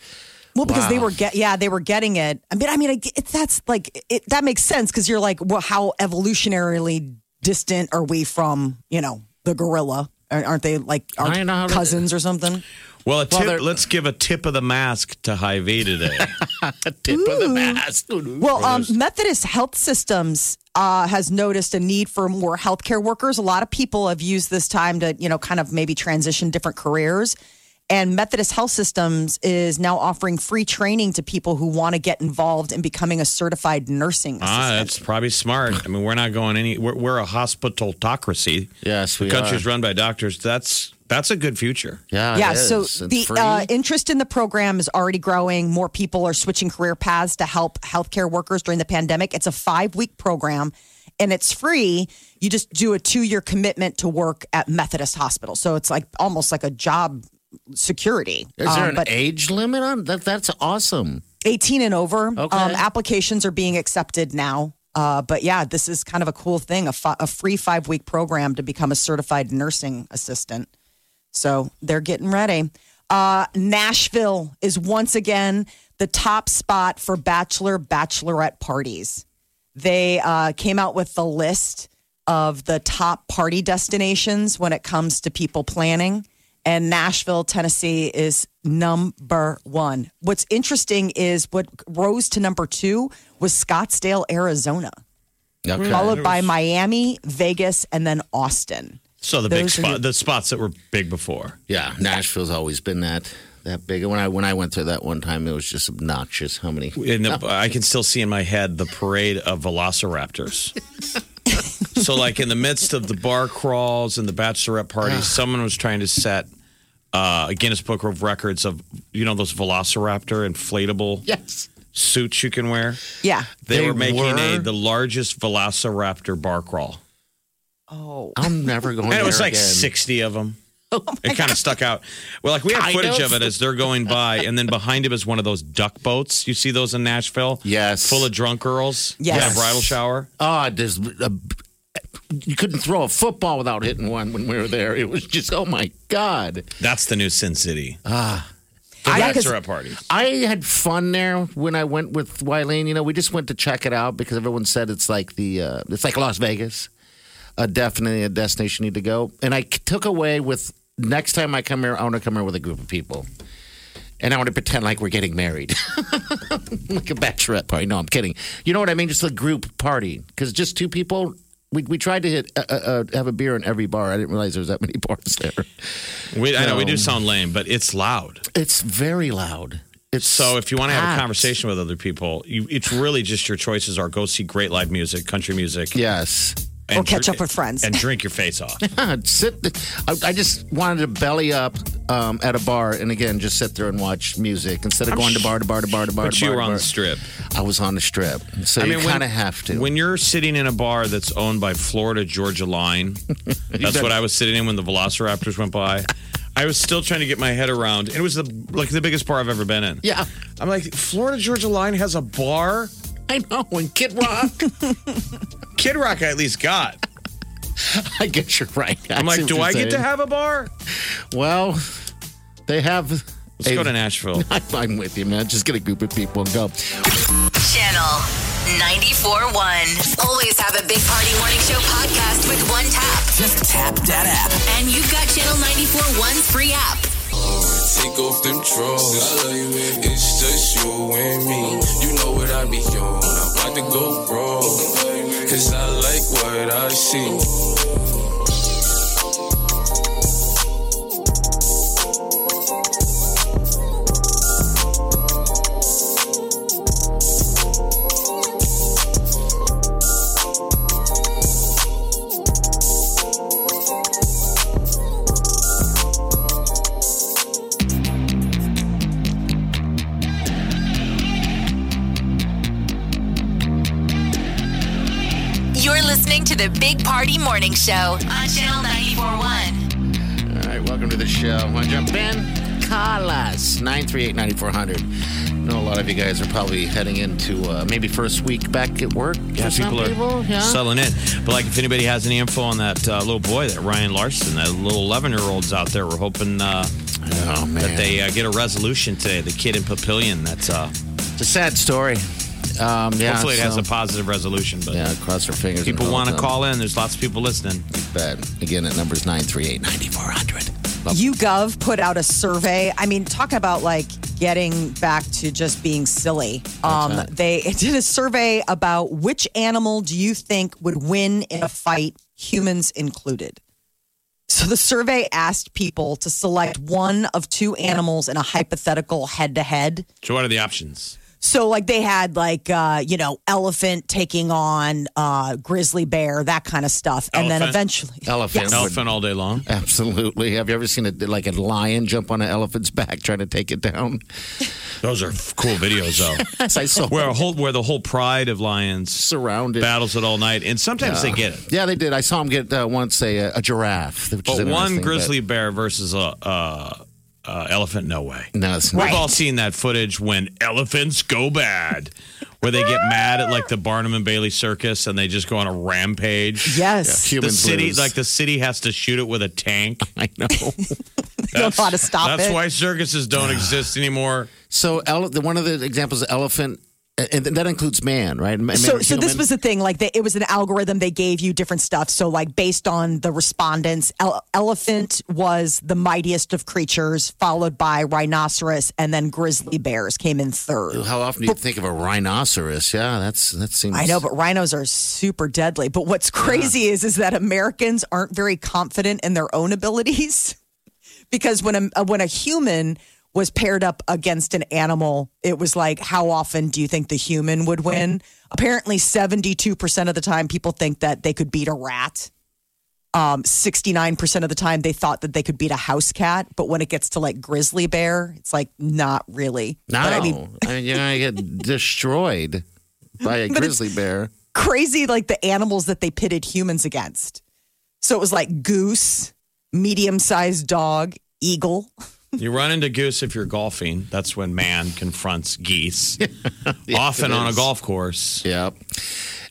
Speaker 4: Well, because they
Speaker 1: Wow.
Speaker 4: were get yeah they were getting it. I mean, I mean, I get- it, that's like it, that makes sense because you're like, well, how evolutionarily distant are we from you know the gorilla? Aren't aren't they like our
Speaker 1: I don't know how to-
Speaker 4: cousins or something?
Speaker 5: Well, a tip,
Speaker 1: they're-
Speaker 5: let's give a tip of the mask to High V today.
Speaker 1: a tip of the mask.
Speaker 4: Well, um, Methodist Health Systems uh, has noticed a need for more healthcare workers. A lot of people have used this time to, you know, kind of maybe transition different careers. And Methodist Health Systems is now offering free training to people who want to get involved in becoming a certified nursing
Speaker 5: ah,
Speaker 4: assistant.
Speaker 5: that's probably smart. I mean, we're not going any. We're, we're a hospitalocracy.
Speaker 1: Yes,
Speaker 5: the
Speaker 1: we
Speaker 5: country's
Speaker 1: are.
Speaker 5: run by doctors. That's that's a good future.
Speaker 1: yeah, it
Speaker 4: yeah,
Speaker 1: is.
Speaker 4: so
Speaker 1: It's
Speaker 4: the
Speaker 1: free.
Speaker 4: uh, interest in the program is already growing. More people are switching career paths to help healthcare workers during the pandemic. It's a five week program and it's free. You just do a two year commitment to work at Methodist Hospital. So it's like almost like a job security.
Speaker 1: is there
Speaker 4: Um,
Speaker 1: an
Speaker 4: but
Speaker 1: age limit on that? That's awesome.
Speaker 4: 18 and over
Speaker 1: Okay.
Speaker 4: um, applications are being accepted now. Uh, but yeah, this is kind of a cool thing a, fi- a free five week program to become a certified nursing assistant. So they're getting ready. Uh, Nashville is once again the top spot for bachelor bachelorette parties. They uh, came out with the list of the top party destinations when it comes to people planning. And Nashville, Tennessee is number one. What's interesting is what rose to number two was Scottsdale, Arizona,
Speaker 1: Okay.
Speaker 4: followed by Miami, Vegas, and then Austin.
Speaker 5: So the big
Speaker 4: Those are
Speaker 5: spot, the spots that were big before.
Speaker 1: Yeah, Nashville's always been that that big. When I when I went there that one time, it was just obnoxious how many.
Speaker 5: In the, I can still see in my head the parade of
Speaker 1: [laughs]
Speaker 5: velociraptors. so, like in the midst of the bar crawls and the bachelorette parties, someone was trying to set uh, a Guinness Book of Records of you know those velociraptor inflatable
Speaker 1: Yes,
Speaker 5: suits you can wear.
Speaker 4: Yeah.
Speaker 5: They,
Speaker 1: They
Speaker 5: were making a
Speaker 1: were?
Speaker 5: the largest velociraptor bar crawl,
Speaker 4: Oh.
Speaker 1: I'm never going.
Speaker 5: and it was
Speaker 1: there
Speaker 5: like
Speaker 1: again. Oh
Speaker 5: sixty of
Speaker 1: [laughs]
Speaker 5: them. it kind of stuck out. Well, like we have
Speaker 1: Kind
Speaker 5: footage of.
Speaker 1: of.
Speaker 5: it as they're going by, and then behind him is one of those duck boats. You see those in Nashville?
Speaker 1: Yes.
Speaker 5: full of drunk girls.
Speaker 4: Yes.
Speaker 5: Yeah, bridal shower.
Speaker 1: Ah, there's a, you couldn't throw a football without hitting one when we were there. It was just oh my god.
Speaker 5: That's the new Sin City. Ah,
Speaker 4: I- yeah, 'cause-
Speaker 5: bachelorette party.
Speaker 1: I had fun there when I went with Wyleen. You know, we just went to check it out because everyone said it's like the uh, it's like Las Vegas, uh, definitely a destination you need to go. And I took away with next time I come here, I want to come here with a group of people, and I want to pretend like we're getting married, [laughs] like a bachelorette party. No, I'm kidding. You know what I mean? Just a group party because just two people. We, we tried to hit uh, uh, uh, have a beer in every bar. I didn't realize there was that many bars there.
Speaker 5: We, I know we
Speaker 1: No.
Speaker 5: do sound lame, but it's loud.
Speaker 1: It's very loud. It's
Speaker 5: So if you want to have a
Speaker 1: packed.
Speaker 5: conversation with other people, you, it's really just your choices are go see great live music, country music,
Speaker 1: yes.
Speaker 5: and
Speaker 4: Or catch
Speaker 5: dr-
Speaker 4: up with friends.
Speaker 5: and drink your face
Speaker 4: [laughs]
Speaker 5: off.
Speaker 1: God, [laughs] sit. I, I just wanted to belly up um, at a bar, and again, just sit there and watch music instead of going to bar to bar to bar to bar.
Speaker 5: But
Speaker 1: to
Speaker 5: you
Speaker 1: bar,
Speaker 5: were
Speaker 1: to
Speaker 5: on
Speaker 1: bar.
Speaker 5: the strip.
Speaker 1: I was on the strip, so you
Speaker 5: when-
Speaker 1: kind of have to.
Speaker 5: When you're sitting in a bar that's owned by Florida Georgia
Speaker 4: [laughs]
Speaker 5: Line, that's what I was sitting in when the Velociraptors went by. I was still trying to get my head around. It was the like the biggest bar I've ever been in.
Speaker 1: [laughs] yeah,
Speaker 5: I'm like, Florida Georgia Line has a bar.
Speaker 1: I know. And Kid Rock,
Speaker 5: [laughs]
Speaker 1: [laughs]
Speaker 5: Kid Rock, I at least got.
Speaker 1: I guess you're right.
Speaker 5: I'm like, do I get to have a bar?
Speaker 1: Well, they have.
Speaker 5: Let's go to [laughs] Nashville.
Speaker 1: [laughs] I'm with you, man. Just get a group of people and go.
Speaker 2: Channel 94.1. Always have a Big Party Morning Show podcast with one tap.
Speaker 7: Just tap that app.
Speaker 2: And you've got Channel 94.1's free app.
Speaker 7: Oh, it's
Speaker 8: take off them drawers. I love you, baby. It's just you and me. You know what I be on. I'm about to go broke. Cause I like what I see.
Speaker 2: You're listening to the Big Party Morning Show on Channel 941.
Speaker 1: All right, welcome to the show. Want to jump in? Call us 938-9400. I know a lot of you guys are probably heading into uh, maybe first week back at work.
Speaker 5: Yeah,
Speaker 1: for some
Speaker 5: people are
Speaker 1: people, yeah.
Speaker 5: settling in. But like, if anybody has any info on that uh, little boy, that Ryan Larson, that little eleven-year-old's out there, we're hoping uh,
Speaker 1: oh man,
Speaker 5: that they uh, get a resolution today. The kid in Papillion. That's uh,
Speaker 1: it's a sad story. Um, yeah,
Speaker 5: hopefully it has
Speaker 1: so-
Speaker 5: a positive resolution. But
Speaker 1: yeah, cross our fingers.
Speaker 5: people
Speaker 1: and hope
Speaker 5: want to
Speaker 1: that-
Speaker 5: call in. There's lots of people listening.
Speaker 1: But again, at number's 938-9400. Love-
Speaker 4: YouGov put out a survey. I mean, talk about like getting back to just being silly. Um, they [laughs] did a survey about which animal do you think would win in a fight, humans included. So the survey asked people to select one of two animals in a hypothetical head to head.
Speaker 5: So what are the options?
Speaker 4: So like they had like uh, you know elephant taking on uh, grizzly bear that kind of stuff, and then
Speaker 5: Elephant.
Speaker 4: eventually [laughs]
Speaker 1: Elephant.
Speaker 4: Yes.
Speaker 5: Elephant all day long.
Speaker 1: Absolutely. Have you ever seen a, like a lion jump on an elephant's back trying to take it down?
Speaker 5: [laughs] Those are f- cool videos, [laughs] though.
Speaker 1: As I saw
Speaker 5: where a whole where the whole pride of lions
Speaker 1: [laughs] surrounded.
Speaker 5: battles it all night, and sometimes they get it.
Speaker 1: Yeah, they did. I saw him get uh, once a, a giraffe. Which is
Speaker 5: But one
Speaker 1: interesting,
Speaker 5: grizzly bear versus a uh, uh, elephant, no way.
Speaker 1: but- no, it's
Speaker 5: We've
Speaker 1: not. [laughs]
Speaker 5: all seen that footage when elephants go bad, where they get mad at like the Barnum and Bailey circus and they just go on a rampage.
Speaker 4: [laughs] yes,
Speaker 1: Human
Speaker 5: the city,
Speaker 1: blues.
Speaker 5: like the city, has to shoot it with a tank.
Speaker 1: [laughs] I
Speaker 5: [laughs]
Speaker 1: know.
Speaker 4: they don't know how to stop
Speaker 5: That's
Speaker 4: it.
Speaker 5: why circuses don't
Speaker 1: [sighs]
Speaker 5: exist anymore.
Speaker 1: so ele- the, one of the examples, elephant, and that includes man, right? Man-
Speaker 4: so,
Speaker 1: man-
Speaker 4: so this
Speaker 1: human?
Speaker 4: was the thing. Like, they, it was an algorithm. They gave you different stuff. So, like, based on the respondents, ele- elephant was the mightiest of creatures, followed by rhinoceros, and then grizzly bears came in third.
Speaker 1: How often do you think of a rhinoceros? Yeah, that's that seems.
Speaker 4: I know, but rhinos are super deadly. But what's crazy is, is that Americans aren't very confident in their own abilities, [laughs] because when a when a human was paired up against an animal, it was like, how often do you think the human would win? Apparently, seventy two percent of the time, people think that they could beat a rat. Um, 69% of the time they thought that they could beat a house cat, but when it gets to like grizzly bear, it's like not really.
Speaker 1: no,
Speaker 4: But I mean,
Speaker 1: you're
Speaker 4: [laughs]
Speaker 1: gonna get destroyed by a grizzly bear.
Speaker 4: crazy like the animals that they pitted humans against. So it was like goose, medium sized dog, eagle.
Speaker 5: You run into goose if you're golfing. That's when man confronts
Speaker 1: [laughs]
Speaker 5: geese, often
Speaker 1: it
Speaker 5: on a
Speaker 1: is.
Speaker 5: golf course.
Speaker 1: Yep.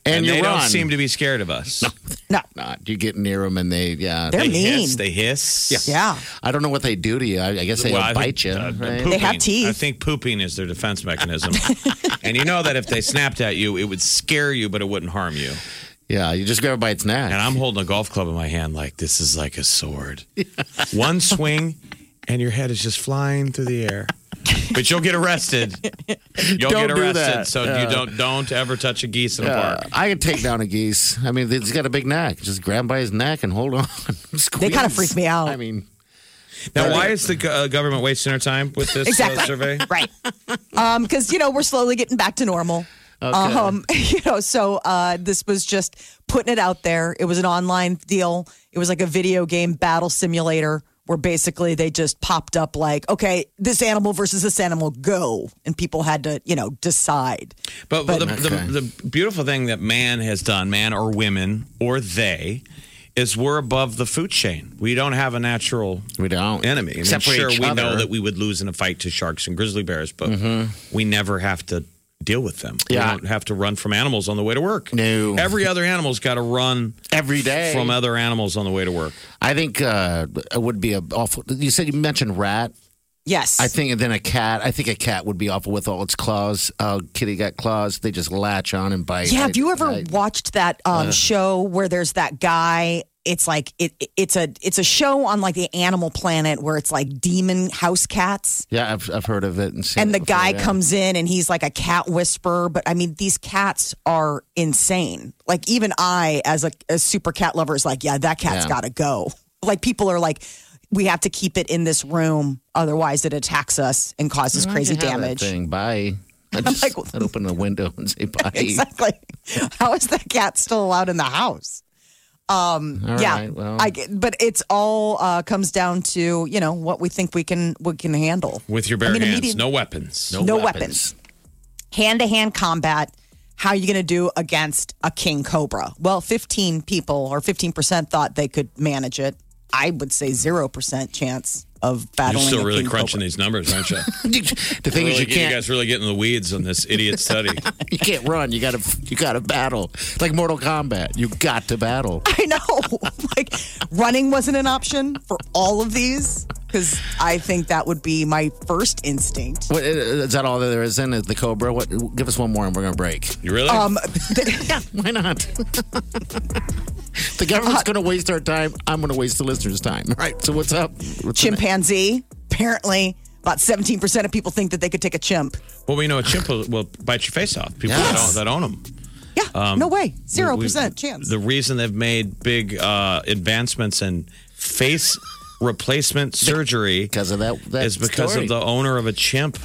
Speaker 1: And,
Speaker 5: And,
Speaker 1: you
Speaker 5: they
Speaker 1: run.
Speaker 5: don't seem to be scared of us.
Speaker 4: No,
Speaker 1: Not you get near them and they yeah.
Speaker 4: They're
Speaker 5: They
Speaker 4: mean.
Speaker 5: hiss. They hiss.
Speaker 4: yeah.
Speaker 1: I don't know what they do to you. I, I guess they
Speaker 5: Well,
Speaker 1: will
Speaker 5: I
Speaker 1: bite
Speaker 5: think,
Speaker 1: you.
Speaker 5: uh,
Speaker 1: right?
Speaker 5: pooping-
Speaker 4: They have teeth.
Speaker 5: I think pooping is their defense
Speaker 4: [laughs]
Speaker 5: mechanism. and you know that if they snapped at you, it would scare you, but it wouldn't harm you.
Speaker 1: Yeah, you just grab it by its neck.
Speaker 5: And I'm holding a golf club in my hand like this is like a sword. [laughs] One swing, and your head is just flying through the air. But you'll get
Speaker 1: [laughs]
Speaker 5: arrested. You'll
Speaker 1: Don't
Speaker 5: get
Speaker 1: do
Speaker 5: arrested.
Speaker 1: that.
Speaker 5: So you don't don't ever touch a geese in a
Speaker 1: Uh,
Speaker 5: park.
Speaker 1: I can take down a geese. I mean, he's got a big neck. Just grab him by his neck and hold [laughs] on.
Speaker 4: They kinda freak me out.
Speaker 1: I mean,
Speaker 5: Now,
Speaker 1: e-
Speaker 5: why is the go- uh, government wasting our time with this uh,
Speaker 4: Exactly.
Speaker 5: survey?
Speaker 4: Right. Um, cause you know, we're slowly getting back to normal. Um, [laughs] you know, so uh, this was just putting it out there. It was an online deal. It was like a video game battle simulator where basically they just popped up like, okay, this animal versus this animal, go. And people had to, you know, decide.
Speaker 5: But, the, the, the beautiful thing that man has done, man or women or they, is we're above the food chain. We don't have a natural
Speaker 1: we don't.
Speaker 5: enemy. I mean,
Speaker 1: Except for
Speaker 5: sure,
Speaker 1: each
Speaker 5: we
Speaker 1: other. Mm-hmm.
Speaker 5: know that we would lose in a fight to sharks and grizzly bears, but we never have to deal with them.
Speaker 1: Yeah.
Speaker 5: We don't have to run from animals on the way to work.
Speaker 1: No.
Speaker 5: Every other animal's got to run
Speaker 1: Every day.
Speaker 5: from other animals on the way to work.
Speaker 1: I think uh, it would be a awful. You said you mentioned rat.
Speaker 4: Yes.
Speaker 1: I think, and then a cat. I think a cat would be awful with all its claws. Uh, kitty got claws. They just latch on and bite.
Speaker 4: Yeah, have
Speaker 1: I-
Speaker 4: you ever
Speaker 1: I-
Speaker 4: watched that um, show where there's that guy it's like it it's a it's a show on like the Animal Planet where it's like demon house cats.
Speaker 1: Yeah, I've, I've heard of it. And, seen
Speaker 4: And
Speaker 1: it
Speaker 4: the
Speaker 1: before,
Speaker 4: guy
Speaker 1: yeah.
Speaker 4: comes in and he's like a cat whisperer, but I mean these cats are insane. Like even I, as a, a super cat lover, is like, yeah, that cat's
Speaker 1: Yeah.
Speaker 4: got to go. Like people are like, we have to keep it in this room, otherwise it attacks us and causes
Speaker 1: I
Speaker 4: crazy
Speaker 1: can have that
Speaker 4: damage. [laughs]
Speaker 1: Thing. Bye. I just
Speaker 4: like-
Speaker 1: I'd [laughs] open the window and say bye.
Speaker 4: exactly. How is that cat still allowed in the house? Um,
Speaker 1: All
Speaker 4: yeah,
Speaker 1: right, well.
Speaker 4: I get- but it's all uh, comes down to you know what we think we can we can handle.
Speaker 5: With your bare
Speaker 4: I mean, the
Speaker 5: hands,
Speaker 4: median-
Speaker 5: no weapons.
Speaker 4: no weapons. hand to hand combat. How are you going to do against a king cobra? Well, 15 people or 15% thought they could manage it. I would say 0% chance of
Speaker 5: You're
Speaker 4: battling.
Speaker 5: still
Speaker 4: a
Speaker 5: really
Speaker 4: king
Speaker 5: crunching these numbers, aren't you?
Speaker 1: the thing
Speaker 5: really,
Speaker 1: is, [laughs] you
Speaker 5: get-
Speaker 1: can't
Speaker 5: guys really get in the weeds on this idiot study.
Speaker 1: you can't run. You gotta you gotta battle. It's like Mortal Kombat. You got to battle.
Speaker 4: cobra. [laughs] I know. like running wasn't an option for all of these because I think that would be my first instinct.
Speaker 1: What, uh, is that all that there is in it? The Cobra? What? Give us one more and we're gonna break.
Speaker 5: You really?
Speaker 4: Um, [laughs]
Speaker 1: Why not? [laughs] Uh, the government's gonna waste our time. I'm gonna waste the listeners' time. All right. So what's up? What's the
Speaker 4: chimpanzee, apparently, about 17% of people think that they could take a chimp.
Speaker 5: well, we know a chimp will, will bite your face off. People
Speaker 1: Yes.
Speaker 5: that, own, that own them.
Speaker 4: Yeah, no way. 0% chance.
Speaker 5: The reason they've made big uh, advancements in face replacement surgery
Speaker 1: Because of that, that
Speaker 5: is because
Speaker 1: story.
Speaker 5: of the owner of a chimp.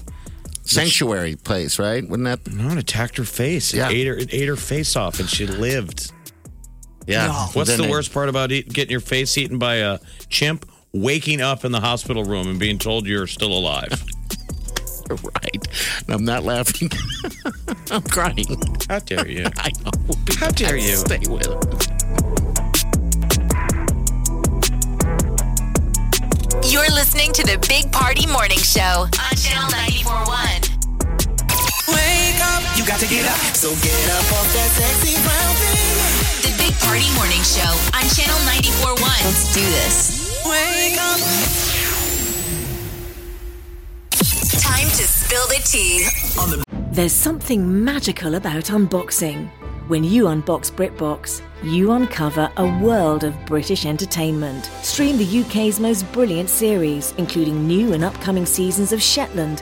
Speaker 1: sanctuary place, right? Wouldn't that?
Speaker 5: No, it attacked her face. It
Speaker 1: Yeah.
Speaker 5: ate her. It ate her face off, and she lived.
Speaker 1: Yeah.
Speaker 5: What's
Speaker 1: Then
Speaker 5: the
Speaker 1: they-
Speaker 5: worst part about eat, getting your face eaten by a chimp? Waking up in the hospital room and being told you're still alive.
Speaker 1: [laughs] Right. And I'm not laughing. [laughs] I'm crying.
Speaker 5: How dare
Speaker 1: [laughs]
Speaker 5: you?
Speaker 1: I know. How dare you? Stay with it.
Speaker 2: You're listening to the Big Party Morning Show on Channel 941.
Speaker 7: Wake up. You got to get up. So get up off that sexy brown thing.
Speaker 2: The Big Party Morning Show on Channel 941. Let's do this.
Speaker 7: Wake up.
Speaker 2: Time to spill the tea.
Speaker 9: There's something magical about unboxing. When you unbox BritBox, you uncover a world of British entertainment. Stream the UK's most brilliant series, including new and upcoming seasons of Shetland,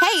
Speaker 10: Hey,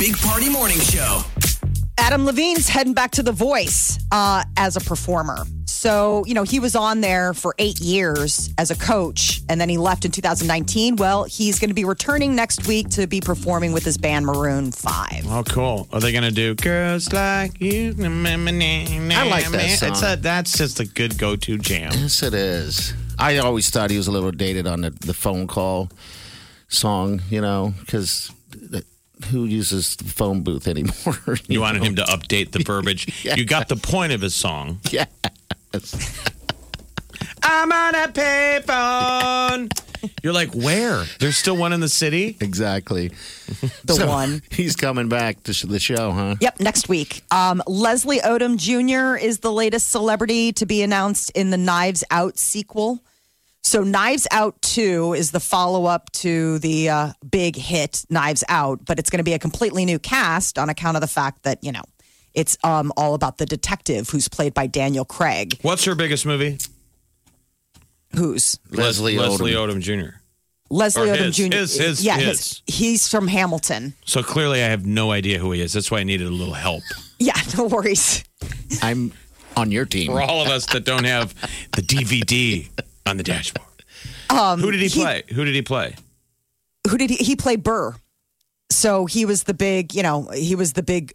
Speaker 7: Big Party Morning Show.
Speaker 4: Adam Levine's heading back to The Voice uh, as a performer. So, you know, he was on there for eight years as a coach and then he left in 2019. Well, he's going to be returning next week to be performing with his band Maroon 5.
Speaker 5: Oh, cool. Are they going to do Girls Like You? I
Speaker 1: I like that song.
Speaker 5: It's a, that's just a good go to jam.
Speaker 1: [laughs] Yes, it is. I always thought he was a little dated on the, the phone call song, you know, because who uses the phone booth anymore? [laughs]
Speaker 5: You wanted him to update the verbiage.
Speaker 1: Yeah.
Speaker 5: You got the point of his song.
Speaker 1: Yeah.
Speaker 5: [laughs] I'm on a payphone. You're like, where? There's still one in the city?
Speaker 1: Exactly.
Speaker 4: The one.
Speaker 1: He's coming back to sh- the show, huh?
Speaker 4: Yep, next week. Um, Leslie Odom Jr. is the latest celebrity to be announced in the Knives Out sequel. So, Knives Out 2 is the follow up to the uh, big hit Knives Out, but it's going to be a completely new cast on account of the fact that, you know, it's um, all about the detective who's played by Daniel Craig,
Speaker 5: What's her biggest movie?
Speaker 4: who's
Speaker 1: Leslie
Speaker 5: Les-
Speaker 1: Odom.
Speaker 5: Leslie Odom Jr.
Speaker 4: Leslie
Speaker 5: Or
Speaker 4: Odom
Speaker 5: his,
Speaker 4: Jr.
Speaker 5: his, his,
Speaker 4: yeah,
Speaker 5: his.
Speaker 4: he's from Hamilton.
Speaker 5: So clearly, I have no idea who he is. That's why I needed a little help.
Speaker 4: Yeah, [laughs] no worries.
Speaker 1: I'm on your team.
Speaker 5: For all of us that don't have the DVD on the dashboard.
Speaker 1: Um,
Speaker 5: who did he, play? Who did he play?
Speaker 4: who did he, he play Burr? So he was the big, you know, he was the big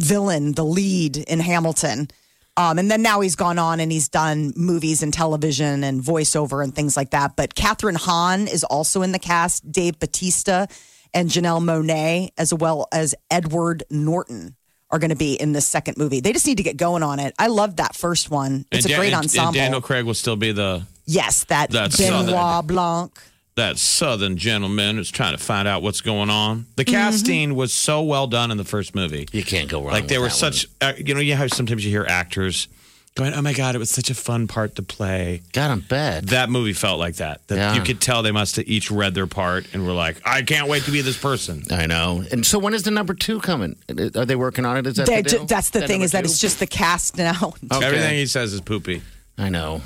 Speaker 4: villain, the lead in Hamilton. Um, and then now he's gone on and he's done movies and television and voiceover and things like that. But Catherine Hahn is also in the cast, Dave Batista and Janelle Monet, as well as Edward Norton, are going to be in this second movie. They just need to get going on it. I loved that first one. It's
Speaker 5: and
Speaker 4: a
Speaker 5: Dan-
Speaker 4: great
Speaker 5: and-
Speaker 4: ensemble.
Speaker 5: And Daniel Craig will still be the
Speaker 4: yes, that
Speaker 5: That's uh,
Speaker 4: Benoit
Speaker 5: Southern.
Speaker 4: Blanc.
Speaker 5: that southern gentleman who's trying to find out what's going on. The casting was so well done in the first movie.
Speaker 1: You can't go wrong.
Speaker 5: Like there
Speaker 1: with
Speaker 5: were
Speaker 1: that one.
Speaker 5: such, uh, you know, you have sometimes you hear actors going, "Oh my god, it was such a fun part to play."
Speaker 1: God, I'm bad.
Speaker 5: That movie felt like that. That
Speaker 1: Yeah.
Speaker 5: you could tell they must have each read their part and were like, "I can't wait to be this person."
Speaker 1: I know. And so when is the number two coming? Uh, Are they working on it? Is that
Speaker 4: They-
Speaker 1: the deal?
Speaker 4: that's the thing
Speaker 1: number
Speaker 4: is that
Speaker 1: two?
Speaker 4: it's just the cast now.
Speaker 1: Okay.
Speaker 5: Everything he says is poopy.
Speaker 1: I know.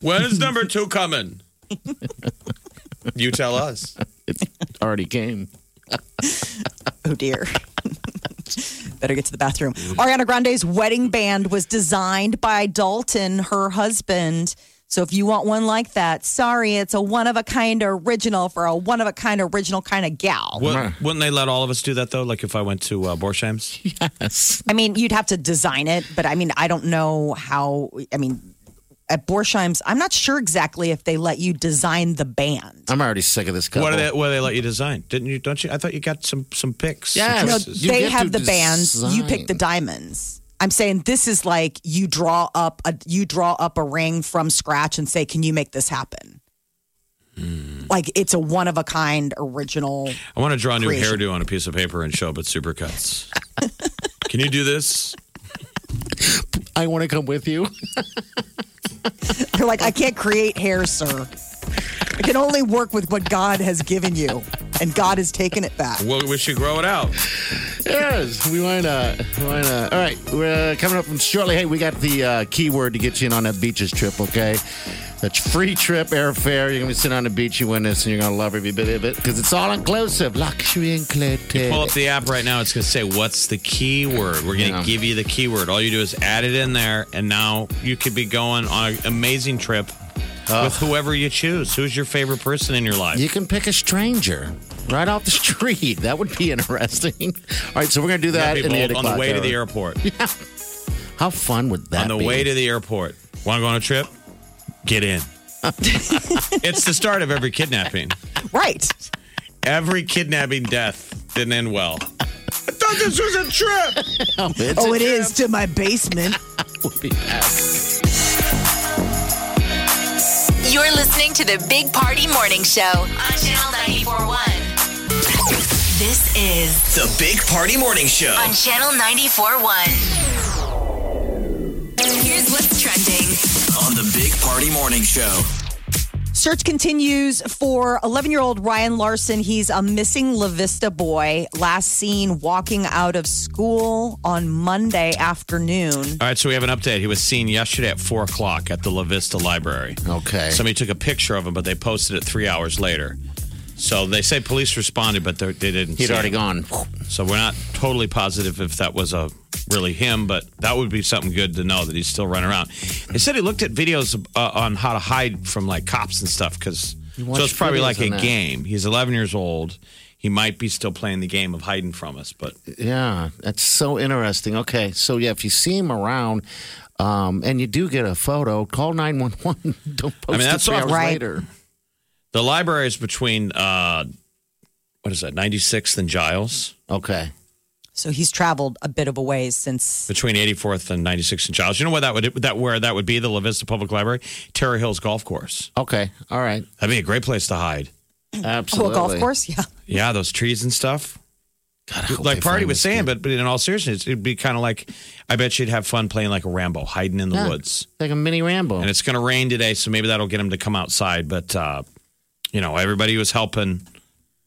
Speaker 5: When is number two coming? you tell us.
Speaker 1: Already came.
Speaker 4: Oh dear. [laughs] Better get to the bathroom. Ariana Grande's wedding band was designed by Dalton, her husband. So if you want one like that, sorry, it's a one of a kind original for a one of a kind original kind of gal.
Speaker 5: Wouldn't, wouldn't they let all of us do that though? Like if I went to uh, Borsheim's?
Speaker 1: Yes.
Speaker 4: I mean, you'd have to design it, but I mean, I don't know how. I mean, at Borsheim's, I'm not sure exactly if they let you design the band.
Speaker 1: I'm already sick of this couple.
Speaker 5: What do they? What do they let you design? Didn't you? Don't you? I thought you got some some picks. some
Speaker 1: Yes.
Speaker 4: No,
Speaker 5: choices.
Speaker 1: You
Speaker 4: they
Speaker 1: get
Speaker 4: have
Speaker 1: to
Speaker 4: the bands. You
Speaker 1: design.
Speaker 4: pick the diamonds. I'm saying this is like you draw up a you draw up a ring from scratch and say, "Can you make this happen?"
Speaker 1: Hmm.
Speaker 4: Like it's a one of a kind original. [laughs]
Speaker 5: I want to draw a new
Speaker 4: Creation.
Speaker 5: hairdo on a piece of paper and show up at
Speaker 1: [laughs]
Speaker 5: Supercuts. Can you do this?
Speaker 1: I want to come with you.
Speaker 4: They're like, I can't create hair, sir. I can only work with what God has given you, and God has taken it back.
Speaker 5: Well, we should grow it out.
Speaker 1: Yes, we why not? Why not? All right, we're uh, coming up from shortly. Hey, we got the uh, keyword to get you in on that beaches trip. Okay, that's free trip, airfare. You're gonna be sitting on the beach. You win this, and you're gonna love every bit of it because it's all inclusive, luxury included.
Speaker 5: Pull up the app right now. It's going to say, What's the keyword? We're going to
Speaker 1: Yeah.
Speaker 5: give you the keyword. All you do is add it in there, and now you could be going on an amazing trip with whoever you choose. Who's your favorite person in your life?
Speaker 1: You can pick a stranger right off the street. That would be interesting. All right, so we're gonna do that
Speaker 5: That'd
Speaker 1: in
Speaker 5: be
Speaker 1: the
Speaker 5: bold.
Speaker 1: eight
Speaker 5: on the
Speaker 1: o'clock
Speaker 5: way to
Speaker 1: hour.
Speaker 5: the airport.
Speaker 1: How fun would that?
Speaker 5: on the
Speaker 1: be?
Speaker 5: way to the airport. Want to go on a trip? Get in. it's the start of every kidnapping.
Speaker 4: Right?
Speaker 5: Every kidnapping death didn't end well. I thought this was a trip.
Speaker 1: [laughs] It's
Speaker 4: Oh,
Speaker 1: a
Speaker 4: it is to my basement.
Speaker 1: We'll be back.
Speaker 2: You're listening to the Big Party Morning Show on Channel 941. This is
Speaker 7: The Big Party Morning Show.
Speaker 2: on Channel 941. Here's what's trending.
Speaker 7: On the Big Party Morning Show.
Speaker 4: Search continues for 11 year old Ryan Larson. He's a missing La Vista boy, last seen walking out of school on Monday afternoon.
Speaker 5: All right, so we have an update. He was seen yesterday at four o'clock at the La Vista Library.
Speaker 1: Okay.
Speaker 5: Somebody took a picture of him, but they posted it three hours later. So they say police responded, but they're- they didn't.
Speaker 1: He'd
Speaker 5: see
Speaker 1: already
Speaker 5: him.
Speaker 1: gone.
Speaker 5: So we're not totally positive if that was a really him, but that would be something good to know that he's still running around. They said he looked at videos uh, on how to hide from like cops and stuff because so it's
Speaker 1: watched
Speaker 5: probably
Speaker 1: videos
Speaker 5: like a
Speaker 1: on that.
Speaker 5: game. He's 11 years old. He might be still playing the game of hiding from us, but
Speaker 1: Yeah, that's so interesting. Okay, so yeah, if you see him around um, and you do get a photo, call 911. [laughs] Don't post
Speaker 5: I mean, that's
Speaker 1: it three
Speaker 5: all
Speaker 1: hours
Speaker 4: right.
Speaker 1: later.
Speaker 5: the library is between uh, what is that 96th and Giles,
Speaker 1: Okay.
Speaker 4: So he's traveled a bit of a ways since.
Speaker 5: between 84th and 96th and Giles. You know where that would that where that would be the La Vista Public Library, Terra Hills Golf Course.
Speaker 1: Okay. All right.
Speaker 5: That'd be a great place to hide.
Speaker 4: [clears throat] Oh,
Speaker 1: Absolutely.
Speaker 4: a golf course? Yeah.
Speaker 5: Yeah, those trees and stuff.
Speaker 1: God, I hope
Speaker 5: like
Speaker 1: they
Speaker 5: Party
Speaker 1: find
Speaker 5: was
Speaker 1: this
Speaker 5: saying,
Speaker 1: kid.
Speaker 5: but, but in all seriousness, it'd be kind of like I bet you'd have fun playing like a Rambo, hiding in the
Speaker 1: Yeah.
Speaker 5: woods.
Speaker 1: like a mini Rambo.
Speaker 5: And it's going to rain today, so maybe that'll get him to come outside. But uh, you know, everybody was helping.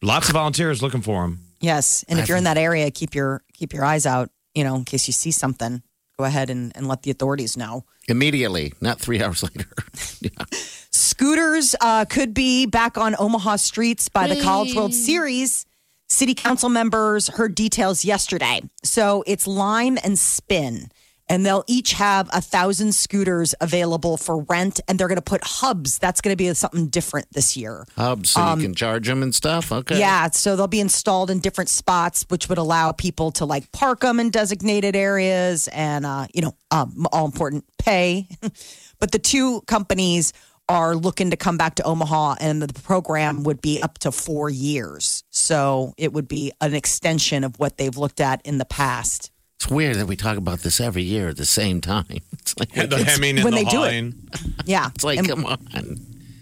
Speaker 5: Lots of volunteers looking for him.
Speaker 4: Yes. And if you're in that area, keep your keep your eyes out, you know, in case you see something. Go ahead and, and let the authorities know.
Speaker 1: Immediately, not three [laughs] hours later. yeah.
Speaker 4: Scooters uh, could be back on Omaha streets by the College World Series. City council members heard details yesterday. So it's Lime and Spin. and they'll each have a thousand scooters available for rent, and they're going to put hubs. That's going to be something different this year.
Speaker 1: Hubs, so
Speaker 4: Um,
Speaker 1: you can charge them and stuff. Okay.
Speaker 4: Yeah, so they'll be installed in different spots, which would allow people to like park them in designated areas, and uh, you know, um, all important pay. [laughs] but the two companies are looking to come back to Omaha, and the program would be up to four years. So it would be an extension of what they've looked at in the past.
Speaker 1: It's weird that we talk about this every year at the same time. [laughs] It's like
Speaker 5: The hemming and
Speaker 4: when
Speaker 5: the
Speaker 4: they do it.
Speaker 5: hawing.
Speaker 4: Yeah,
Speaker 1: It's like,
Speaker 4: And-
Speaker 1: come on.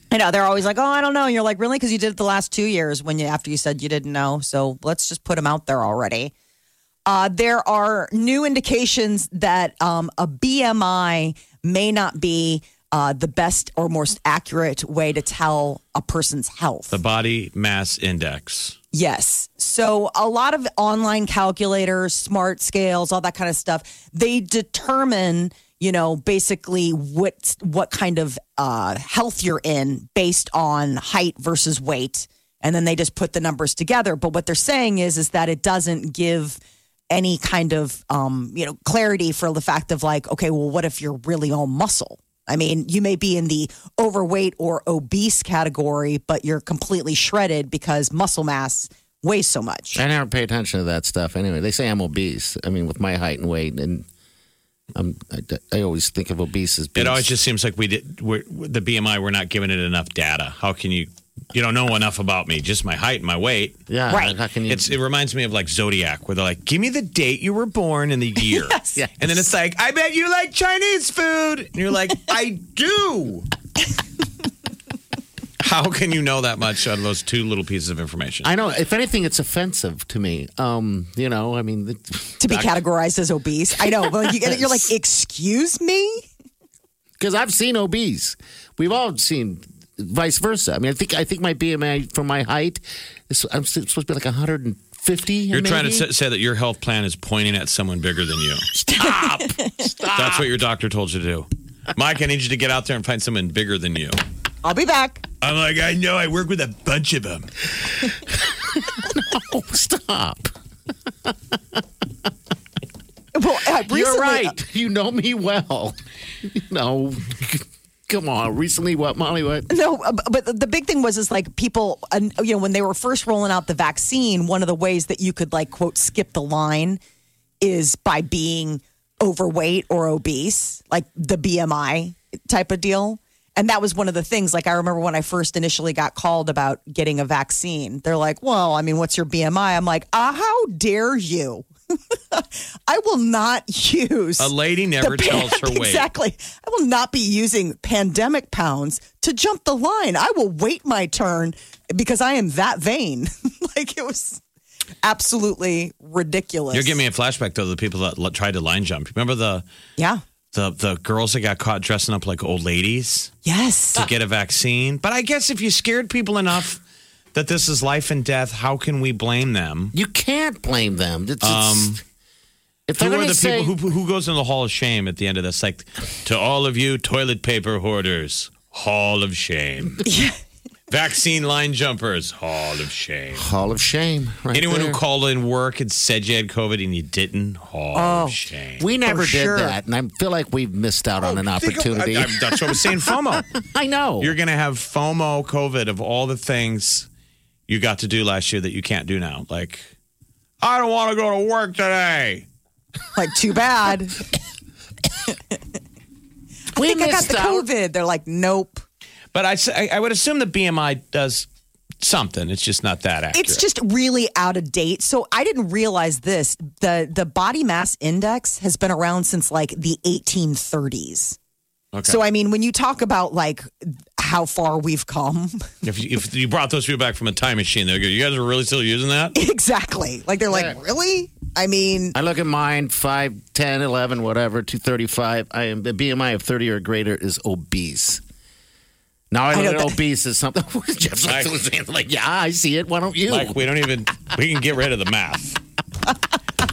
Speaker 4: I know they're always like, "Oh, I don't know." And you're like, "Really?" Because you did it the last two years when you after you said you didn't know. So let's just put them out there already. Uh, there are new indications that um, a BMI may not be uh, the best or most accurate way to tell a person's health.
Speaker 5: The body mass index.
Speaker 4: Yes. So a lot of online calculators, smart scales, all that kind of stuff, they determine, you know, basically what what kind of uh, health you're in based on height versus weight, and then they just put the numbers together. But what they're saying is is that it doesn't give any kind of um, you know clarity for the fact of like, okay, well, what if you're really all muscle? I mean, you may be in the overweight or obese category, but you're completely shredded because muscle mass weighs so much.
Speaker 1: I never pay attention to that stuff. Anyway, they say I'm obese. I mean, with my height and weight, and I'm, I, I always think of obese as.
Speaker 5: It
Speaker 1: being-
Speaker 5: always just seems like we did we're, the BMI. We're not giving it enough data. How can you? You don't know enough about me. Just my height and my weight.
Speaker 1: Yeah, Right. how can you-
Speaker 5: It's, it reminds me of like Zodiac, where they're like, "Give me the date you were born and the year,"
Speaker 1: [laughs] Yes.
Speaker 5: and then it's like, "I bet you like Chinese food," and you're like, "I do." How can you know that much out of those two little pieces of information?
Speaker 1: I know. If anything, it's offensive to me. Um, you know, I mean, [laughs]
Speaker 4: To be categorized as obese, I know. But you, you're like, excuse me.
Speaker 1: because I've seen obese. We've all seen vice versa. I mean, I think I think my BMI for my height, is, I'm s- supposed to be like 150.
Speaker 5: You're trying to s- say that your health plan is pointing at someone bigger than you.
Speaker 1: stop.
Speaker 5: That's what your doctor told you to do. Mike, I need you to get out there and find someone bigger than you.
Speaker 4: I'll be back.
Speaker 5: I'm like, I know, I work with a bunch of them.
Speaker 1: [laughs] no, Oh, stop.
Speaker 4: Well, uh,
Speaker 1: You're
Speaker 4: recently-
Speaker 1: right. You know me well. [laughs] no, [laughs] come on. Recently, what, Molly? What?
Speaker 4: [laughs] No, uh, b- but the big thing was is like people, uh, you know, when they were first rolling out the vaccine, one of the ways that you could like quote skip the line is by being overweight or obese, like the BMI type of deal. And that was one of the things. Like I remember when I first initially got called about getting a vaccine, they're like, "Well, I mean, what's your BMI?" I'm like, "Ah, how dare you!" [laughs] I will not [laughs] use
Speaker 5: A lady never
Speaker 4: the
Speaker 5: tells
Speaker 4: [laughs]
Speaker 5: her weight.
Speaker 4: Exactly. I will not be using pandemic pounds to jump the line. I will wait my turn because I am that vain. [laughs] like it was absolutely ridiculous.
Speaker 5: You're giving me a flashback though. The people that l- tried to line jump. Remember the
Speaker 4: yeah.
Speaker 5: the the girls that got caught dressing up like old ladies
Speaker 4: Yes.
Speaker 5: to get a vaccine. But I guess if you scared people enough that this is life and death, how can we blame them?
Speaker 1: You can't blame them. It's,
Speaker 5: Um,
Speaker 1: if
Speaker 5: who
Speaker 1: they're
Speaker 5: are
Speaker 1: gonna
Speaker 5: the
Speaker 1: say-
Speaker 5: people who who goes in the hall of shame at the end of this? Like to all of you toilet paper hoarders, hall of
Speaker 1: [laughs]
Speaker 5: shame. Vaccine line jumpers, hall of shame.
Speaker 1: Hall of Shame. Right
Speaker 5: Anyone
Speaker 1: there.
Speaker 5: who called in work and said you had COVID and you didn't, hall of shame.
Speaker 1: Oh, We never
Speaker 4: Oh,
Speaker 5: For
Speaker 1: did
Speaker 5: sure.
Speaker 1: that, and I feel like we've missed out on an
Speaker 5: Think of-
Speaker 1: opportunity.
Speaker 5: I- I- that's what I'm saying. FOMO.
Speaker 1: [laughs] I know.
Speaker 5: You're going to have FOMO COVID of all the things you got to do last year that you can't do now. Like, I don't want to go to work today.
Speaker 4: Like
Speaker 5: [laughs]
Speaker 4: too bad. I think I got the COVID. They're like, nope.
Speaker 5: But I, s- I- I would assume the BMI does something. It's just not that accurate.
Speaker 4: It's just really out of date. So I didn't realize this. The the body mass index has been around since like the 1830s.
Speaker 5: Okay.
Speaker 4: So I mean, when you talk about like how far we've come,
Speaker 5: if, you, if you brought those people back from a time machine, they go, you guys are really still using that?
Speaker 4: [laughs] exactly. Like they're like, really? I mean, [laughs]
Speaker 1: I look at mine 5, 10, 11, whatever, 235. I am the BMI of 30 or greater is obese. Now I
Speaker 4: I
Speaker 1: look
Speaker 4: know
Speaker 1: at
Speaker 4: that-
Speaker 1: obese as something. [laughs] Jeff's like, like, yeah, I see it. Why don't you?
Speaker 5: Like we don't even we can get rid of the [laughs] math.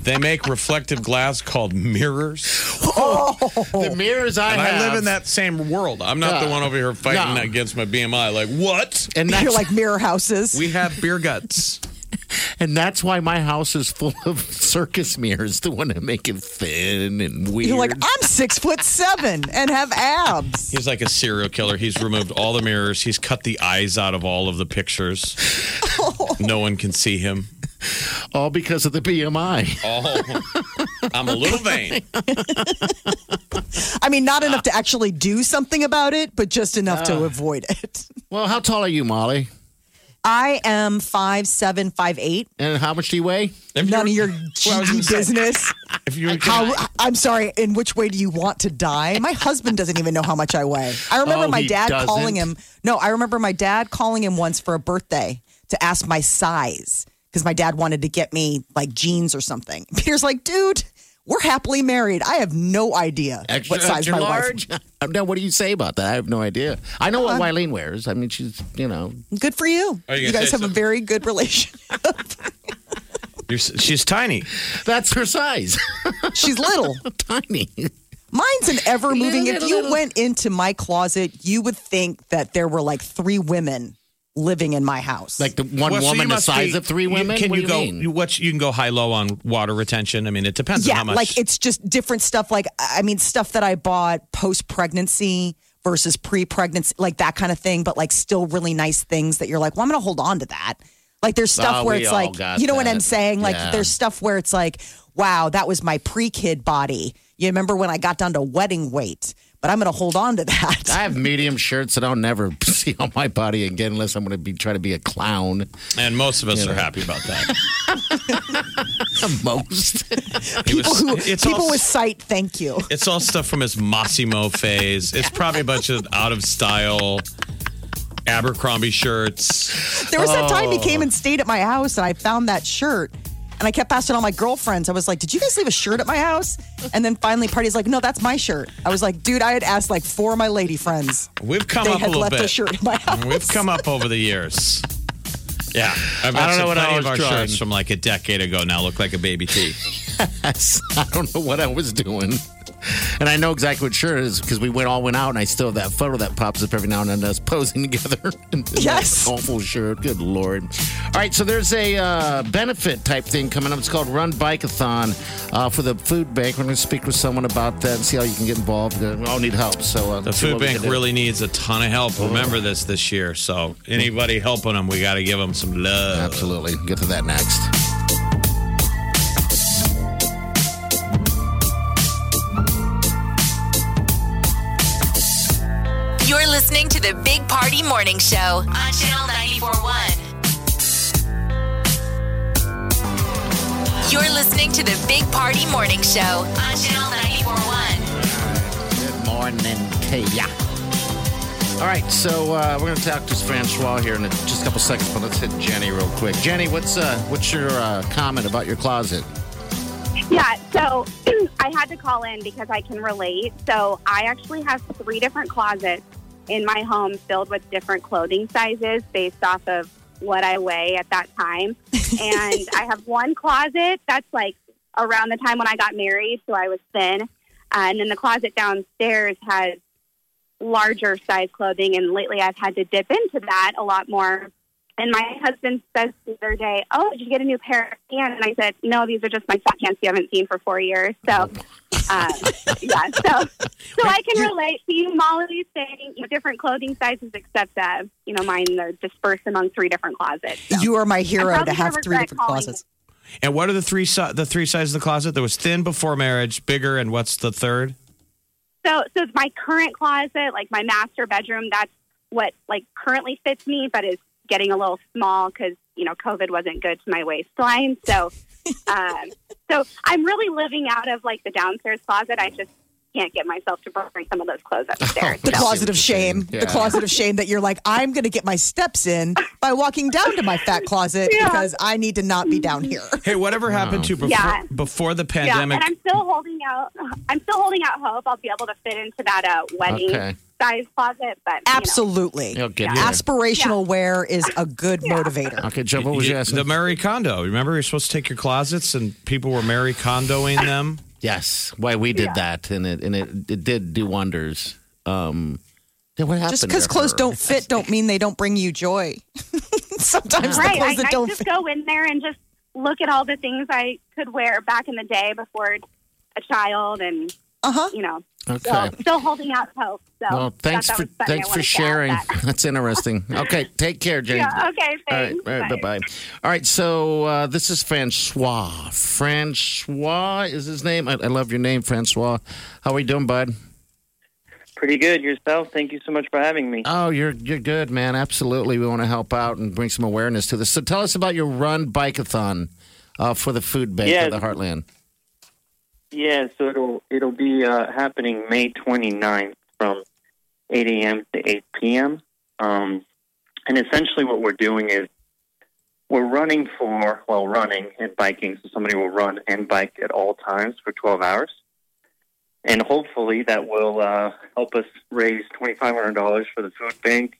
Speaker 5: They make reflective glass called mirrors.
Speaker 1: the mirrors I
Speaker 5: And I
Speaker 1: have.
Speaker 5: live in that same world. I'm not the
Speaker 1: Yeah.
Speaker 5: one over here fighting
Speaker 1: No.
Speaker 5: against my BMI. Like, what?
Speaker 1: And that's,
Speaker 4: you're like mirror houses.
Speaker 5: We have beer guts.
Speaker 1: And that's why my house is full of [laughs] circus mirrors, the one that make it thin and weird.
Speaker 4: You're like, I'm six foot seven and have abs.
Speaker 5: He's like a serial killer. He's removed all the mirrors. He's cut the eyes out of all of the [laughs] pictures. No one can see him.
Speaker 4: "Ah!"
Speaker 1: All because of the BMI.
Speaker 5: Oh, I'm a little [laughs] vain.
Speaker 4: I mean, not enough to actually do something about it, but just enough
Speaker 5: Uh.
Speaker 4: to avoid it. [laughs]
Speaker 1: Well, how tall are you, Molly?
Speaker 4: I am five seven, five eight.
Speaker 1: And how much do you weigh?
Speaker 4: None of your
Speaker 5: [laughs] I was gonna
Speaker 4: GD
Speaker 5: say.
Speaker 4: business.
Speaker 5: If you were
Speaker 4: How? I'm sorry. In which way do you want to die? My husband doesn't even know how much I weigh. I remember
Speaker 1: Oh,
Speaker 4: my
Speaker 1: he
Speaker 4: dad calling him.
Speaker 1: doesn't?
Speaker 4: No, I remember my dad calling him once for a birthday to ask my size because my dad wanted to get me like jeans or something. [laughs] Peter's like, dude, we're happily married. I have no idea
Speaker 1: Extra,
Speaker 4: what size
Speaker 1: extra
Speaker 4: my wife
Speaker 1: large? [laughs] Now, what do you say about that? I have no idea. I know
Speaker 4: Uh-huh.
Speaker 1: what Wileen wears. I mean, she's, you know,
Speaker 4: Good for
Speaker 1: Oh,
Speaker 4: you.
Speaker 5: Are you gonna
Speaker 4: you guys
Speaker 5: say
Speaker 4: have a
Speaker 5: something?
Speaker 4: very good relationship.
Speaker 5: You're, s- she's tiny.
Speaker 1: that's her size.
Speaker 4: [laughs]
Speaker 1: [laughs]
Speaker 4: She's little.
Speaker 1: Tiny.
Speaker 4: Mine's an ever moving. If
Speaker 1: Little,
Speaker 4: you
Speaker 1: little.
Speaker 4: went into my closet, you would think that there were like three women living in my house.
Speaker 1: Like the one
Speaker 5: Well, so you
Speaker 1: woman the
Speaker 5: must
Speaker 1: size
Speaker 5: be-
Speaker 1: of three
Speaker 5: you-
Speaker 1: women?
Speaker 5: can
Speaker 1: What
Speaker 5: you
Speaker 1: do
Speaker 5: go?
Speaker 1: mean?
Speaker 5: you- What you can go high low on water retention? I mean, it depends on
Speaker 4: yeah,
Speaker 5: how much.
Speaker 4: like it's just different stuff. Like I mean, stuff that I bought post pregnancy versus pre pregnancy, like that kind of thing. But like still really nice things that you're like, well, I'm gonna hold on to that. Like there's stuff
Speaker 1: Oh,
Speaker 4: where
Speaker 1: we
Speaker 4: it's
Speaker 1: all
Speaker 4: like,
Speaker 1: got
Speaker 4: you know what
Speaker 1: that.
Speaker 4: I'm saying? Like
Speaker 1: Yeah.
Speaker 4: there's stuff where it's like, wow, that was my pre kid body. You remember when I got down to wedding weight? But I'm gonna hold on to that.
Speaker 1: I have medium shirts that I'll never [laughs] see on my body again unless I'm going to be trying to be a clown. [laughs]
Speaker 5: and most of us are happy about
Speaker 4: [laughs]
Speaker 5: that.
Speaker 1: Most.
Speaker 5: It was-
Speaker 4: people who
Speaker 5: it's
Speaker 4: people
Speaker 5: all,
Speaker 4: with sight thank you
Speaker 5: It's all stuff from his Massimo phase. It's probably a bunch of out of style Abercrombie shirts.
Speaker 4: there was that time he
Speaker 5: Oh.
Speaker 4: came and stayed at my house and i found that shirt and i kept passing all my girlfriends i was like did you guys leave a shirt at my house and then finally party's like no that's my shirt i was like dude i had asked like four of my lady friends
Speaker 5: We've come
Speaker 4: they
Speaker 5: up a
Speaker 4: had
Speaker 5: little
Speaker 4: left
Speaker 5: bit.
Speaker 4: a shirt at my house
Speaker 5: We've come up over the years. Yeah, I've
Speaker 1: I don't know
Speaker 5: some-
Speaker 1: what I
Speaker 5: plenty
Speaker 1: was
Speaker 5: of our
Speaker 1: trying.
Speaker 5: shirts from like a decade ago now look like a baby tee.
Speaker 1: [laughs] I don't know what I was doing. And I know exactly what shirt it is because we went all went out and I still have that photo that pops up every now and then us posing [laughs] together. in that
Speaker 4: Yes.
Speaker 1: Awful shirt. Good Lord. All right. So there's a uh, benefit type thing coming up. It's called Run Bikeathon uh, for the food bank. We're going to speak with someone about that and see how you can get involved. Uh, We all need help. So uh,
Speaker 5: The food bank really needs a ton of help. Remember this this year. So anybody helping them, we got to give them some love.
Speaker 1: Absolutely. Get to that next.
Speaker 2: You're listening to the Big Party Morning Show on Channel 941. You're listening to the Big Party Morning Show on Channel 941.
Speaker 1: Good morning to ya. All right, so uh, we're going to talk to Francois here in a, just a couple seconds, but let's hit Jenny real quick. Jenny, what's uh, what's your uh, comment about your closet?
Speaker 11: Yeah, so [clears throat] I had to call in because I can relate. So I actually have three different closets in my home filled with different clothing sizes based off of what I weigh at that time. and I have one closet that's like around the time when I got married, so I was thin. Uh, and then the closet downstairs has larger size clothing. And lately I've had to dip into that a lot more and my husband says the other day, "Oh, did you get a new pair of pants?" And I said, "No, these are just my fat pants you haven't seen for four years." So, uh, yeah, so so I can relate to you, Molly, saying you know, different clothing sizes, except that you know mine are dispersed among three different closets. So.
Speaker 4: you are my
Speaker 11: I'm
Speaker 4: hero to
Speaker 11: probably
Speaker 4: have
Speaker 11: gonna
Speaker 4: three
Speaker 11: regret
Speaker 4: different
Speaker 11: calling
Speaker 4: closets
Speaker 5: And what are the three si- the three sizes of the closet? There was thin before marriage, bigger, and what's the third?
Speaker 11: So, so my current closet, like my master bedroom, that's what like currently fits me, but is getting a little small because you know COVID wasn't good to my waistline. So, um, so I'm really living out of like the downstairs closet. I just can't get myself to bring some of those clothes upstairs.
Speaker 4: the
Speaker 1: I see
Speaker 4: closet
Speaker 1: what
Speaker 4: of
Speaker 1: you're
Speaker 4: shame
Speaker 1: saying.
Speaker 4: the
Speaker 1: Yeah.
Speaker 4: closet of shame that you're like i'm gonna get my steps in by walking down to my fat closet
Speaker 11: Yeah.
Speaker 4: because i need to not be down here
Speaker 5: Hey, whatever happened to before
Speaker 11: Yeah.
Speaker 5: before the
Speaker 11: yeah, and
Speaker 5: pandemic?
Speaker 11: I'm still holding out. I'm still holding out hope I'll be able to fit into that uh, wedding
Speaker 1: Okay.
Speaker 11: size closet. But you know.
Speaker 4: absolutely
Speaker 1: You'll
Speaker 11: Yeah.
Speaker 1: get there.
Speaker 4: aspirational wear is a good motivator
Speaker 1: Okay, Jeff, what was
Speaker 5: You-
Speaker 1: you asking?
Speaker 5: the Mary Kondo. Remember, you're supposed to take your closets, and people were Mary Kondoing them.
Speaker 1: yes, why we did that, and it and it, it did do wonders. Um, then what happened?
Speaker 4: Just because
Speaker 1: to
Speaker 4: clothes
Speaker 1: her?
Speaker 4: don't fit, don't mean they don't bring you joy. [laughs] Sometimes the
Speaker 11: Right,
Speaker 4: clothes
Speaker 11: I,
Speaker 4: that
Speaker 11: I
Speaker 4: don't
Speaker 11: just
Speaker 4: fit.
Speaker 11: go in there and just look at all the things I could wear back in the day before a child and, you know,
Speaker 1: Okay.
Speaker 11: so, still holding out hope. So
Speaker 1: well, thanks
Speaker 11: thought
Speaker 1: for
Speaker 11: that was funny. I
Speaker 1: thanks
Speaker 11: wanted
Speaker 1: for
Speaker 11: to add
Speaker 1: sharing. [laughs]
Speaker 11: that.
Speaker 1: That's interesting. Okay, take care, Jane.
Speaker 11: Yeah, okay, thanks.
Speaker 1: All right, all right bye bye. All right, so uh, this is Francois. Francois is his name. I, I love your name, Francois. How are you doing, bud?
Speaker 12: Pretty good yourself. Thank you so much for having me.
Speaker 1: Oh, you're you're good, man. Absolutely, we want to help out and bring some awareness to this. So tell us about your run bikeathon uh, for the food bank
Speaker 12: Yes.
Speaker 1: of the Heartland.
Speaker 12: Yeah, so it'll it'll be uh, happening May 29th from 8 a.m. to 8 p.m. Um, and essentially, what we're doing is we're running for well, running and biking. So somebody will run and bike at all times for 12 hours, and hopefully that will uh, help us raise $2,500 for the food bank.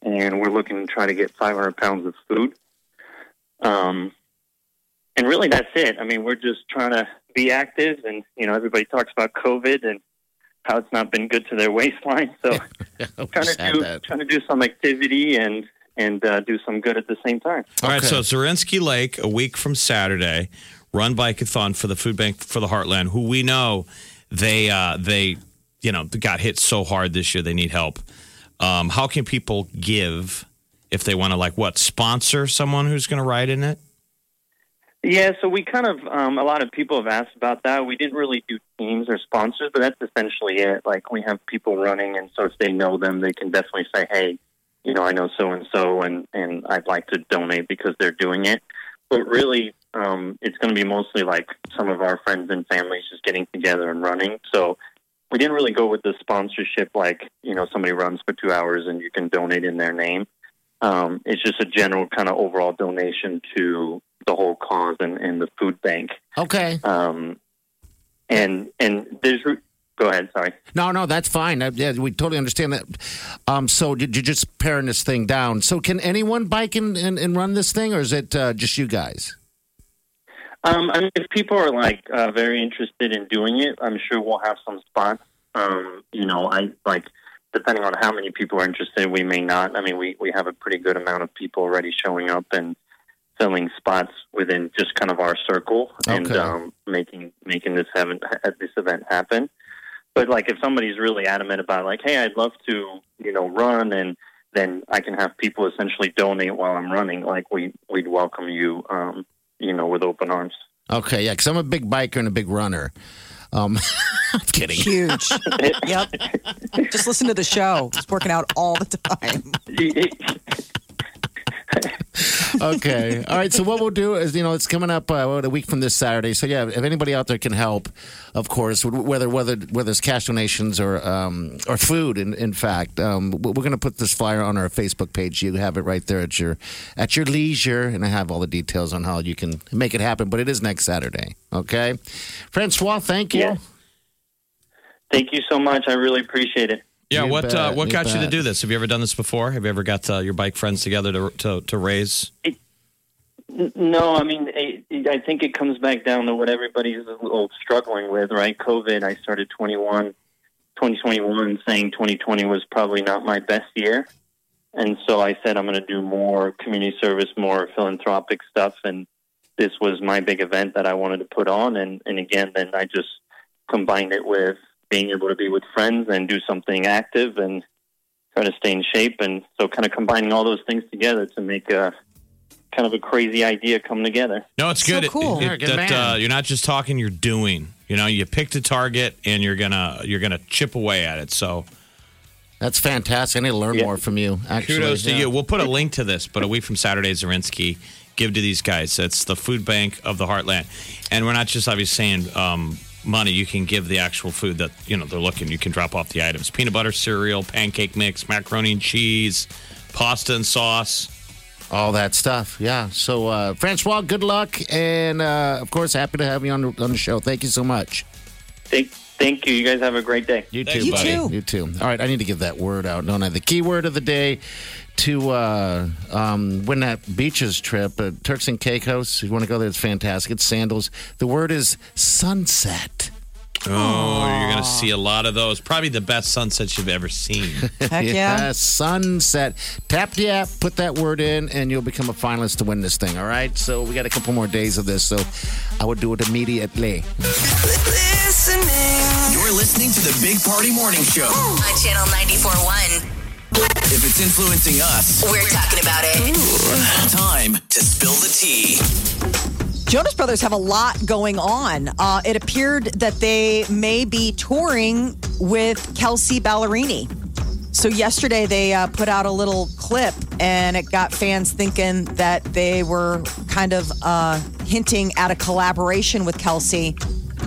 Speaker 12: And we're looking to try to get 500 pounds of food. Um, and really that's it. I mean, we're just trying to be active and, you know, everybody talks about COVID and how it's not been good to their [laughs] waistline. So
Speaker 1: [laughs]
Speaker 12: trying to
Speaker 1: sad
Speaker 12: do,
Speaker 1: Oh, that.
Speaker 12: trying to do some activity and, and uh, do some good at the same time.
Speaker 5: All right, so Zerinsky Lake, a week from Saturday, run bikeathon for the food bank for the Heartland, who we know they uh, they you know got hit so hard this year they need help. Um, how can people give if they want to like what sponsor someone who's going to ride in it?
Speaker 12: Yeah, so we kind of um, a lot of people have asked about that. We didn't really do teams or sponsors, but that's essentially it. Like we have people running, and so if they know them, they can definitely say, "Hey, you know, I know so and so, and and I'd like to donate because they're doing it." But really, um, it's going to be mostly like some of our friends and families just getting together and running. So we didn't really go with the sponsorship, like you know, somebody runs for two hours and you can donate in their name. Um, it's just a general kind of overall donation to the whole cause and, and the food bank.
Speaker 1: Okay.
Speaker 12: Um, and and there's go ahead. Sorry.
Speaker 1: No, no, that's fine. Uh, yeah, we totally understand that. Um, so you- you're just paring this thing down. So can anyone bike and, and, and run this thing, or is it uh, just you guys?
Speaker 12: Um, I mean, if people are like uh, very interested in doing it, I'm sure we'll have some spots. Um, you know, I like depending on how many people are interested, we may not. I mean, we we have a pretty good amount of people already showing up and filling spots within just kind of our circle and
Speaker 13: Okay.
Speaker 12: um, making making this happen, this event happen. But like, if somebody's really adamant about like, hey, I'd love to, you know, run and then I can have people essentially donate while I'm running. Like we we'd welcome you, um, you know, with open arms.
Speaker 1: Okay, yeah, because I'm a big biker and a big runner. Um, [laughs] I'm kidding.
Speaker 4: Huge. yep. Just listen to the show. It's working out all the time.
Speaker 1: okay. All right. So what we'll do is, you know, it's coming up uh, what, a week from this Saturday. So yeah, if anybody out there can help, of course, wh- whether whether whether it's cash donations or um, or food. In in fact, um, we- we're going to put this flyer on our Facebook page. You have it right there at your at your leisure, and I have all the details on how you can make it happen. But it is next Saturday. Okay, Francois. Thank you.
Speaker 12: Thank you so much. I really appreciate it.
Speaker 5: Yeah,
Speaker 1: You
Speaker 5: what uh,
Speaker 1: bet,
Speaker 5: what
Speaker 1: you
Speaker 5: got you to
Speaker 1: bet.
Speaker 5: do this? Have you ever done this before? Have you ever got uh, your bike friends together to to, to raise?
Speaker 12: N- No, I mean, it, it- I think it comes back down to what everybody's a little struggling with, right? COVID, I started 21, 2021, saying 2020 was probably not my best year. And so I said, I'm going to do more community service, more philanthropic stuff. And this was my big event that I wanted to put on. And, and again, then I just combined it with being able to be with friends and do something active and try to stay in shape. And so kind of combining all those things together to make a kind of a crazy idea come together.
Speaker 5: No, it's good. It-
Speaker 12: cool.
Speaker 5: it-
Speaker 12: You're a good
Speaker 5: that,
Speaker 12: man.
Speaker 5: Uh, you're not just talking; you're doing. You know, you picked a target, and you're gonna you're gonna chip away at it. So
Speaker 1: That's fantastic. I need to learn more from you. Actually,
Speaker 5: kudos to
Speaker 1: Yeah.
Speaker 5: you. We'll put a link to this, but a week from Saturday, Zerinsky, give to these guys. That's the food bank of the heartland, and we're not just obviously saying um, money. You can give the actual food that you know they're looking. You can drop off the items: peanut butter cereal, pancake mix, macaroni and cheese, pasta and sauce.
Speaker 1: all that stuff. Yeah. So, uh, Francois, good luck, and uh, of course, happy to have you on the, on the show. Thank you so much.
Speaker 12: Thank, thank you. You guys have a great day.
Speaker 1: You too, buddy. You too. All right, I need to give that word out, don't I? The key word of the day to uh, um, win that beaches trip, uh, Turks and Caicos. If you want to go there, it's fantastic. It's sandals. The word is sunset.
Speaker 5: Oh, you're going to see a lot of those. Probably the best sunsets you've ever seen.
Speaker 1: Heck Sunset. Tap the app, put that word in, and you'll become a finalist to win this thing. All right. So we got a couple more days of this. So I would do it immediately.
Speaker 7: You're listening to the Big Party Morning Show.
Speaker 2: On Channel 94.1,
Speaker 7: If it's influencing us,
Speaker 2: we're talking about it.
Speaker 7: time to spill the tea.
Speaker 4: Jonas Brothers have a lot going on. Uh, it appeared that they may be touring with Kelsey Ballerini. So yesterday they uh, put out a little clip, and it got fans thinking that they were kind of uh, hinting at a collaboration with Kelsey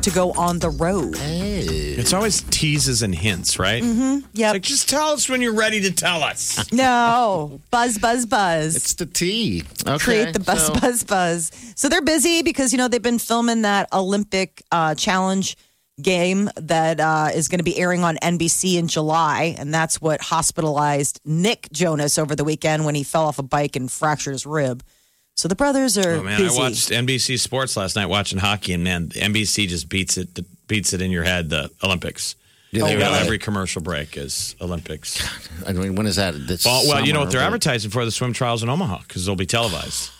Speaker 4: to go on the road.
Speaker 5: [laughs] It's always teases and hints, right?
Speaker 4: Mm-hmm. Yep.
Speaker 5: Like, just tell us when you're ready to tell us. [laughs]
Speaker 4: No, buzz, buzz, buzz.
Speaker 1: It's the tea. Okay,
Speaker 4: Create the buzz,
Speaker 1: so-
Speaker 4: buzz, buzz. So they're busy because you know they've been filming that Olympic uh, challenge game that uh, is going to be airing on NBC in July, and that's what hospitalized Nick Jonas over the weekend when he fell off a bike and fractured his rib. So the brothers are
Speaker 5: Oh man,
Speaker 4: busy.
Speaker 5: I watched NBC Sports last night watching hockey, and man, NBC just beats it beats it in your head. The Olympics.
Speaker 1: Yeah, they
Speaker 5: You know,
Speaker 1: really-
Speaker 5: every commercial break is Olympics.
Speaker 1: I mean, when is that? This
Speaker 5: Well, well, you know
Speaker 1: summer,
Speaker 5: what they're
Speaker 1: right?
Speaker 5: advertising for the swim trials in Omaha because they'll be televised.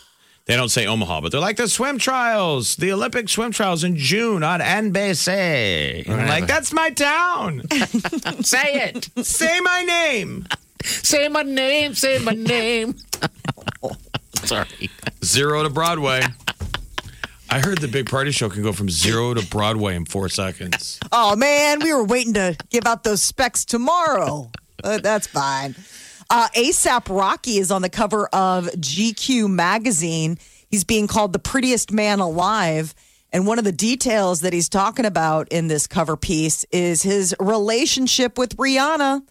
Speaker 5: They don't say Omaha, but they're like the swim trials, the Olympic swim trials in June on NBC. And I'm like, that's my [laughs] town. say it. Say my name.
Speaker 1: Say my name. Say my [laughs] name. Sorry.
Speaker 5: Zero to [laughs] Broadway. I heard the big party show can go from zero to Broadway in four seconds.
Speaker 4: Oh man, we were waiting to give out those specs tomorrow. But that's fine. Uh, ASAP Rocky is on the cover of GQ magazine. He's being called the prettiest man alive. And one of the details that he's talking about in this cover piece is his relationship with Rihanna.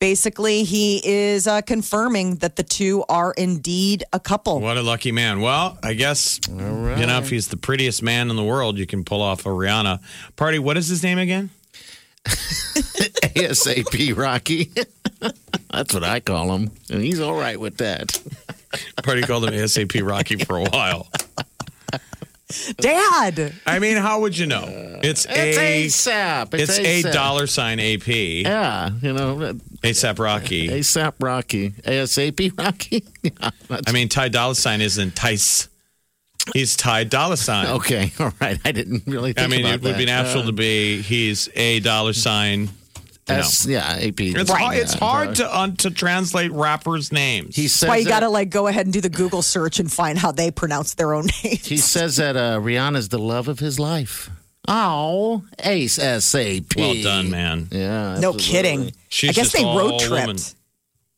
Speaker 4: Basically, he is uh, confirming that the two are indeed a couple.
Speaker 5: What a lucky man. Well, I guess, you know, if he's the prettiest man in the world, you can pull off a Rihanna. Party, what is his name again?
Speaker 1: ASAP Rocky. [laughs] That's what I call him. And he's all right with that.
Speaker 5: Party called him ASAP Rocky for a while.
Speaker 4: Dad.
Speaker 5: I mean, how would you know? It's,
Speaker 1: It's
Speaker 5: a
Speaker 1: ASAP.
Speaker 5: It's,
Speaker 1: It's
Speaker 5: a
Speaker 1: ASAP.
Speaker 5: dollar sign AP.
Speaker 1: Yeah, you know,
Speaker 5: ASAP Rocky.
Speaker 1: ASAP Rocky. ASAP Rocky. [laughs] Yeah,
Speaker 5: I mean, Ty Dollar Sign isn't Tice. He's Ty Dollar Sign.
Speaker 1: Okay, all right. I didn't really
Speaker 5: I
Speaker 1: think
Speaker 5: mean,
Speaker 1: about
Speaker 5: it would be
Speaker 1: that.
Speaker 5: natural
Speaker 1: Uh,
Speaker 5: to be he's a dollar sign. you
Speaker 1: S-
Speaker 5: know.
Speaker 1: yeah, AP.
Speaker 5: It's, hard, it's
Speaker 1: Yeah,
Speaker 5: hard to un- to translate rappers' names.
Speaker 1: He says
Speaker 4: That's why you
Speaker 1: that-
Speaker 4: got to like go ahead and do the Google search and find how they pronounce their own [laughs] name.
Speaker 1: He says that uh, Rihanna's the love of his life. Oh, ASAP.
Speaker 5: Well done, man.
Speaker 1: Yeah.
Speaker 4: No
Speaker 1: absolutely.
Speaker 4: kidding. I guess they road tripped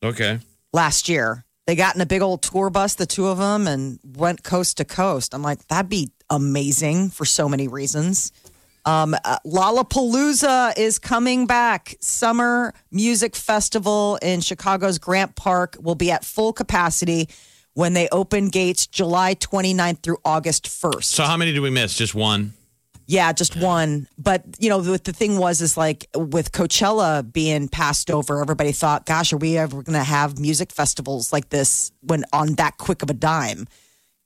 Speaker 5: Okay.
Speaker 4: last year. They got in a big old tour bus, the two of them, and went coast to coast. I'm like, that'd be amazing for so many reasons. Um, uh, Lollapalooza is coming back. Summer Music Festival in Chicago's Grant Park will be at full capacity when they open gates July 29th through August 1st.
Speaker 5: So how many did we miss? Just one.
Speaker 4: Yeah, just one. But you know, what the thing was is like with Coachella being passed over, everybody thought, "Gosh, are we ever going to have music festivals like this when on that quick of a dime?"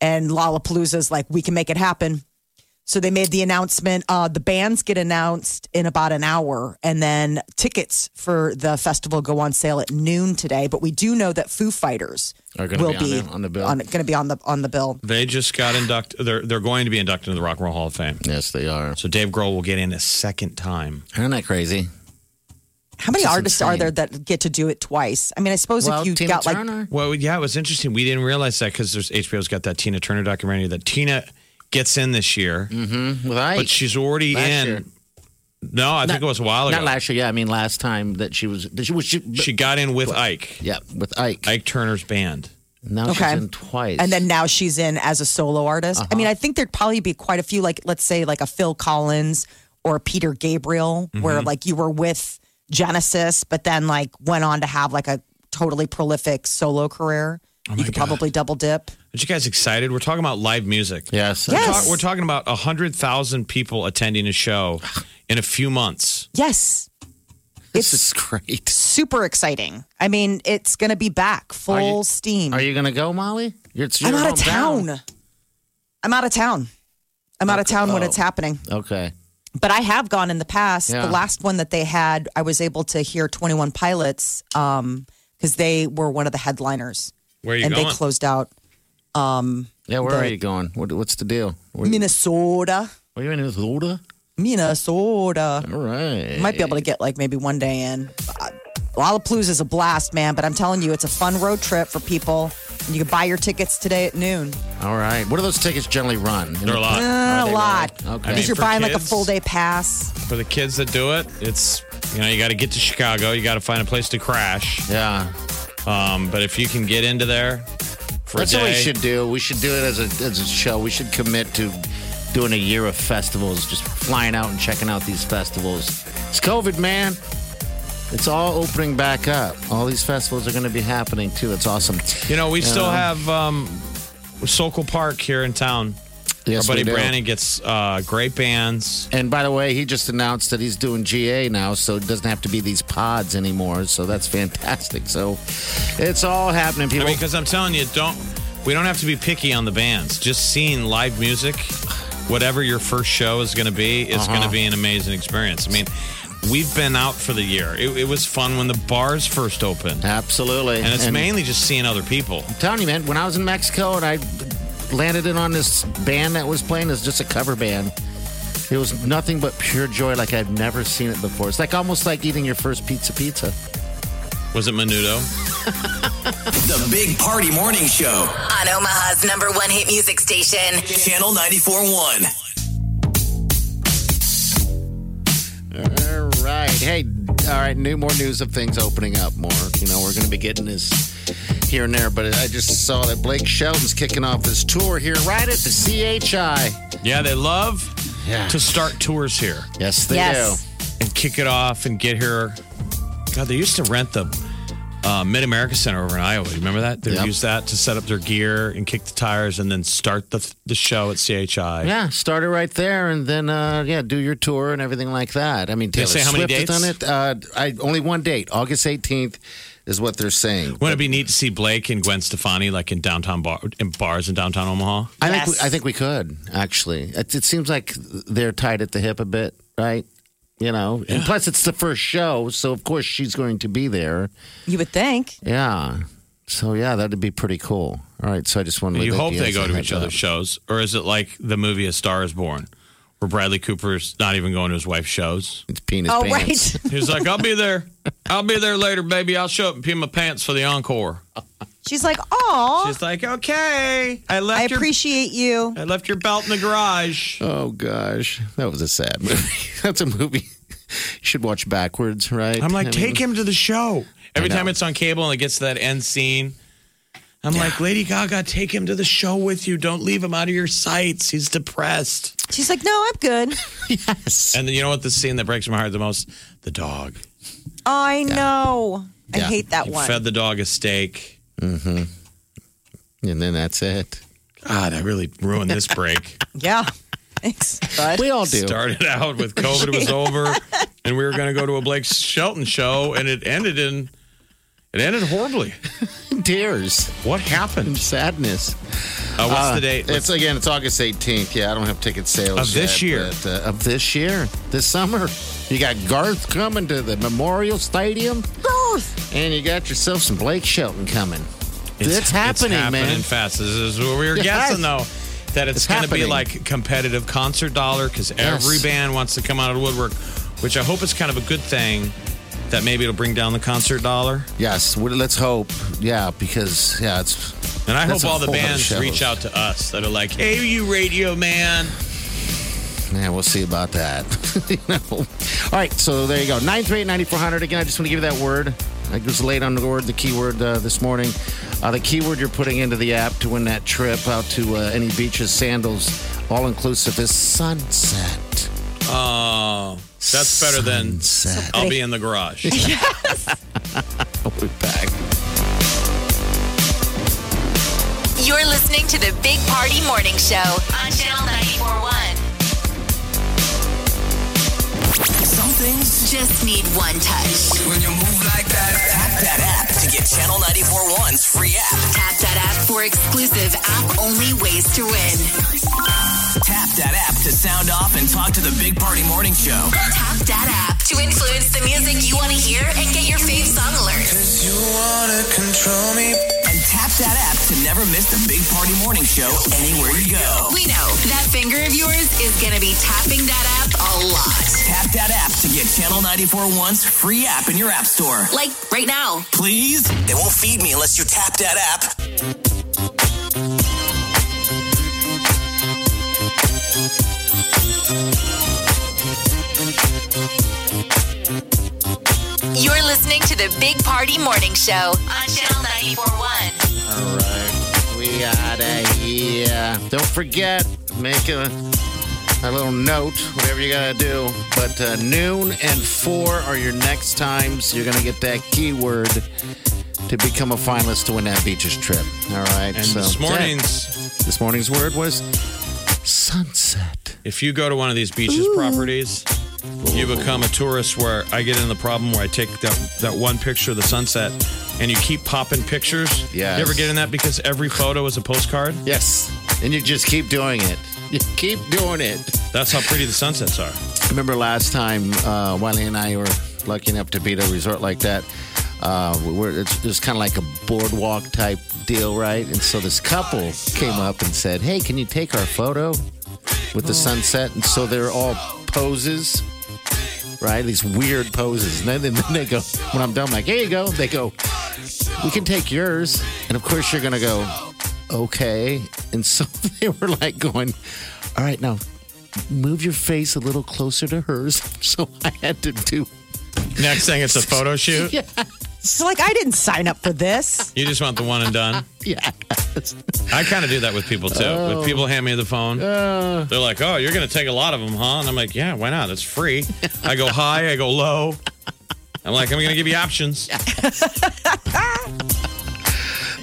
Speaker 4: And Lollapalooza's like, "We can make it happen." So they made the announcement. Uh, the bands get announced in about an hour, and then tickets for the festival go on sale at noon today. But we do know that Foo Fighters
Speaker 5: Are gonna
Speaker 4: will
Speaker 5: be on
Speaker 4: be
Speaker 5: there, on the bill.
Speaker 4: going to be on the on the bill.
Speaker 5: They just got inducted. They're they're going to be inducted into the Rock and Roll Hall of Fame.
Speaker 1: Yes, they are.
Speaker 5: So Dave Grohl will get in a second time.
Speaker 1: Isn't that crazy?
Speaker 4: How many
Speaker 5: This is
Speaker 4: artists are
Speaker 5: insane.
Speaker 4: there that get to do it twice? I mean, I suppose if you got like
Speaker 5: well, yeah, it was interesting. We didn't realize that because there's HBO's got that Tina Turner documentary that Tina gets in this year,
Speaker 1: Mm-hmm. With Ike.
Speaker 5: but she's already
Speaker 1: Last
Speaker 5: in.
Speaker 1: year.
Speaker 5: No, I think it was a while ago.
Speaker 1: Not last year. Yeah, I mean last time that she was. That she, was she,
Speaker 5: She got in with Ike.
Speaker 1: Yeah, with Ike.
Speaker 5: Ike Turner's band.
Speaker 1: Now
Speaker 4: Okay.
Speaker 1: she's in twice.
Speaker 4: and then now she's in as a solo artist. I mean,
Speaker 1: Uh-huh.
Speaker 4: I think there'd probably be quite a few, like let's say, like a Phil Collins or a Peter Gabriel, where
Speaker 1: Mm-hmm.
Speaker 5: Mhm.
Speaker 4: like you were with Genesis, but then like went on to have like a totally prolific solo career.
Speaker 1: Oh
Speaker 4: you could probably double dip.
Speaker 5: Aren't you guys excited? We're talking about live music.
Speaker 1: Yes.
Speaker 5: We're,
Speaker 4: Yes.
Speaker 5: talk- we're talking about 100,000 people attending a show in a few months.
Speaker 4: Yes,
Speaker 1: [laughs] this is great.
Speaker 4: super exciting. I mean, it's going to be back full
Speaker 1: Are you-
Speaker 4: steam.
Speaker 1: Are you gonna go, Molly? You're, it's
Speaker 4: I'm
Speaker 1: your
Speaker 4: out of
Speaker 1: hometown.
Speaker 4: town. I'm out of town. I'm out of town when
Speaker 1: Oh.
Speaker 4: it's happening.
Speaker 1: Okay.
Speaker 4: But I have gone in the past.
Speaker 13: Yeah.
Speaker 4: The last one that they had, I was able to hear 21 Pilots because they were one of the headliners.
Speaker 1: Where are you
Speaker 4: and they
Speaker 1: going?
Speaker 4: closed out um,
Speaker 1: Yeah, where
Speaker 4: the-
Speaker 1: are you going? What, what's the deal? Where,
Speaker 4: Minnesota.
Speaker 1: Are you in Minnesota?
Speaker 4: Minnesota.
Speaker 1: All right.
Speaker 4: Might be able to get like maybe one day in. Uh, Lollapalooza is a blast, man, but I'm telling you, it's a fun road trip for people. And you can buy your tickets today at noon.
Speaker 1: All right. What do those tickets generally run? They're
Speaker 5: a lot.
Speaker 4: Uh,
Speaker 5: Are
Speaker 4: a
Speaker 5: Oh, they
Speaker 4: lot.
Speaker 5: really? Okay.
Speaker 4: Because
Speaker 5: I mean,
Speaker 4: you're
Speaker 5: for
Speaker 4: buying like a
Speaker 5: kids?
Speaker 4: full day pass.
Speaker 5: For the kids that do it, it's you know you got to get to Chicago. You got to find a place to crash.
Speaker 1: Yeah.
Speaker 5: Um, but if you can get into there for
Speaker 1: That's
Speaker 5: a day,
Speaker 1: what we should do. We should do it as a as a show. We should commit to doing a year of festivals, just flying out and checking out these festivals. It's COVID, man. It's all opening back up. All these festivals are going to be happening too. It's awesome.
Speaker 5: You know, we
Speaker 1: You
Speaker 5: still
Speaker 1: know?
Speaker 5: have um, Sokol Park here in town.
Speaker 1: Yes,
Speaker 5: Our buddy
Speaker 1: we do.
Speaker 5: Brandon gets uh, great bands.
Speaker 1: And by the way, he just announced that he's doing GA now, so it doesn't have to be these pods anymore. So that's fantastic. So it's all happening, people.
Speaker 5: I mean, because I'm telling you, don't we don't have to be picky on the bands. Just seeing live music, whatever your first show is going to be, is
Speaker 1: Uh-huh.
Speaker 5: going to be an amazing experience. I mean, we've been out for the year. It, it was fun when the bars first opened.
Speaker 1: Absolutely,
Speaker 5: and it's
Speaker 1: And-
Speaker 5: mainly just seeing other people.
Speaker 1: I'm telling you, man, when I was in Mexico and I landed in on this band that was playing, it's just a cover band. It was nothing but pure joy, like I've never seen it before. It's like almost like eating your first pizza pizza.
Speaker 5: Was it Menudo?
Speaker 7: The Big Party Morning Show.
Speaker 2: On Omaha's number one hit music station.
Speaker 7: Channel 94.1.
Speaker 1: All right, hey, all right, new more news of things opening up more. You know, we're going to be getting this here and there, but I just saw that Blake Shelton's kicking off his tour here right at the CHI.
Speaker 5: Yeah, they love to start tours here.
Speaker 1: Yes, they Yes.
Speaker 5: do. And kick it off and get here. God, they used to rent the uh, Mid America Center over in Iowa. You remember that? They
Speaker 1: Yep.
Speaker 5: used that to set up their gear and kick the tires and then start the, the show at CHI.
Speaker 1: Yeah, started right there, and then uh, yeah, do your tour and everything like that. I mean,
Speaker 5: They
Speaker 1: Taylor
Speaker 5: say how many
Speaker 1: Swift has done it. Uh, I only one date, August eighteenth, is what they're saying.
Speaker 5: Wouldn't it be neat to see Blake and Gwen Stefani like in downtown bar, in bars in downtown Omaha?
Speaker 1: I think we, I think we could actually. It, it seems like they're tied at the hip a bit, right? You know, and plus it's the first show, so of course she's going to be there.
Speaker 4: You would think.
Speaker 1: Yeah. So yeah, that'd be pretty cool. All right, so I just wanted to
Speaker 5: you
Speaker 1: let
Speaker 5: hope they
Speaker 1: guys
Speaker 5: go to
Speaker 1: know
Speaker 5: each
Speaker 1: that.
Speaker 5: other's shows, or is it like the movie A Star Is Born, where Bradley Cooper's not even going to his wife's shows?
Speaker 1: It's penis
Speaker 4: Oh, pants. right.
Speaker 5: He's like, "I'll be there. I'll be there later, baby. I'll show up and pee my pants for the encore."
Speaker 4: She's like, oh.
Speaker 5: She's like, okay. I left.
Speaker 4: I
Speaker 5: your-
Speaker 4: appreciate you.
Speaker 5: I left your belt in the garage.
Speaker 1: Oh gosh, that was a sad movie. [laughs] That's a movie you should watch backwards, right?
Speaker 5: I'm like,
Speaker 1: I
Speaker 5: take
Speaker 1: mean-
Speaker 5: him to the show. Every
Speaker 1: know.
Speaker 5: time it's on cable and it gets to that end scene, I'm like, Lady Gaga, take him to the show with you. Don't leave him out of your sights. He's depressed.
Speaker 4: She's like, no, I'm good.
Speaker 1: yes.
Speaker 5: And then you know what? The scene that breaks my heart the most: the dog.
Speaker 4: I know. I
Speaker 1: Yeah.
Speaker 4: hate that
Speaker 5: He
Speaker 4: one.
Speaker 5: fed the dog a steak.
Speaker 1: Mm-hmm. And then that's it.
Speaker 5: God, I really ruined this break.
Speaker 4: yeah. [laughs] Thanks, bud.
Speaker 1: We all do.
Speaker 5: Started [laughs] out with COVID
Speaker 1: [laughs]
Speaker 5: was over, and we were going to go to a Blake Shelton show, and it ended in it ended horribly.
Speaker 1: Tears.
Speaker 5: What happened?
Speaker 1: Sadness.
Speaker 5: Uh, what's
Speaker 1: Uh,
Speaker 5: the date?
Speaker 1: It's again. It's August 18th. Yeah, I don't have ticket sales
Speaker 5: Of this
Speaker 1: yet,
Speaker 5: year.
Speaker 1: but, uh, of this year, this summer, you got Garth coming to the Memorial Stadium,
Speaker 4: Garth,
Speaker 1: and you got yourself some Blake Shelton coming. It's, happening,
Speaker 5: it's happening
Speaker 1: man.
Speaker 5: fast. This is what we were
Speaker 1: Yes.
Speaker 5: guessing, though, that it's,
Speaker 1: It's
Speaker 5: going to be
Speaker 1: happening.
Speaker 5: like competitive concert dollar because every band wants to come out of the woodwork, which I hope is kind of a good thing that maybe it'll bring down the concert dollar.
Speaker 1: Yes, we- let's hope. Yeah, because yeah, it's.
Speaker 5: And I
Speaker 1: that's
Speaker 5: hope
Speaker 1: a
Speaker 5: all the
Speaker 1: whole lot of
Speaker 5: bands
Speaker 1: shows.
Speaker 5: reach out to us that are like, hey, you radio man.
Speaker 1: Yeah, we'll see about that. [laughs] you know. All right, so there you go. 938-9400. Again, I just want to give you that word. I was late on the word, the keyword uh, this morning. Uh, the keyword you're putting into the app to win that trip out to uh, any beaches, sandals, all-inclusive is sunset.
Speaker 5: Oh, that's better than
Speaker 1: Sunset.
Speaker 5: I'll be in the
Speaker 1: [laughs]
Speaker 5: garage.
Speaker 1: I'll be back.
Speaker 2: You're listening to the Big Party Morning Show on Channel 941.
Speaker 7: Some things
Speaker 2: Just need one touch.
Speaker 7: when you move like that, tap that app to get Channel 94.1's free app.
Speaker 2: Tap that app for exclusive app only ways to win.
Speaker 7: Tap that app to sound off and talk to the Big Party Morning Show.
Speaker 2: Tap that app to influence the music you want to hear and get your fave song alerts.
Speaker 7: And tap that app to never miss the Big Party Morning Show anywhere you go.
Speaker 2: We know that finger of yours is going to be tapping that app a lot.
Speaker 7: Tap that app to get Channel 941's free app in your app store.
Speaker 2: Like right now.
Speaker 7: Please? They won't feed me unless you tap that app.
Speaker 2: You're listening to the Big Party Morning Show on Channel 941.
Speaker 1: All right. We outta here. Don't forget, make a, a little note, whatever you got to do. But uh, noon and four are your next times. You're going to get that keyword to become a finalist to win that beaches trip. All right.
Speaker 5: And this morning's-
Speaker 1: yeah. This morning's word was sunset.
Speaker 5: If you go to one of these beaches properties, you become a tourist where I get in the problem where I take that, that one picture of the sunset and you keep popping pictures.
Speaker 1: Yes.
Speaker 5: You ever get in that because every photo is a postcard?
Speaker 1: Yes. And you just keep doing it. You keep doing it.
Speaker 5: That's how pretty the sunsets are.
Speaker 1: I remember last time uh, Wiley and I were lucky enough to be at a resort like that. Uh, we we're, it's, it's kind of like a boardwalk type deal, right? And so this couple came up and said, "Hey, can you take our photo with the sunset?" And so they're all poses, right? These weird poses. And then, [laughs] and then they go, "When I'm done, I'm like, here you go." They go, "We can take yours," and of course you're gonna go, "Okay." And so [laughs] they were like going, "All right, now move your face a little closer to hers. [laughs] So I had to do.
Speaker 5: Next thing, it's a
Speaker 1: [laughs]
Speaker 5: photo shoot.
Speaker 4: So like I didn't sign up for this.
Speaker 5: You just want the one and done.
Speaker 1: Yeah.
Speaker 5: I kind of do that with people too.
Speaker 1: Oh.
Speaker 5: When people hand me the phone,
Speaker 1: Uh,
Speaker 5: they're like, "Oh, you're going to take a lot of them, huh?" And I'm like, "Yeah, why not? It's free." I go high, I go low. I'm like, "I'm going to give you
Speaker 1: [laughs]
Speaker 5: options."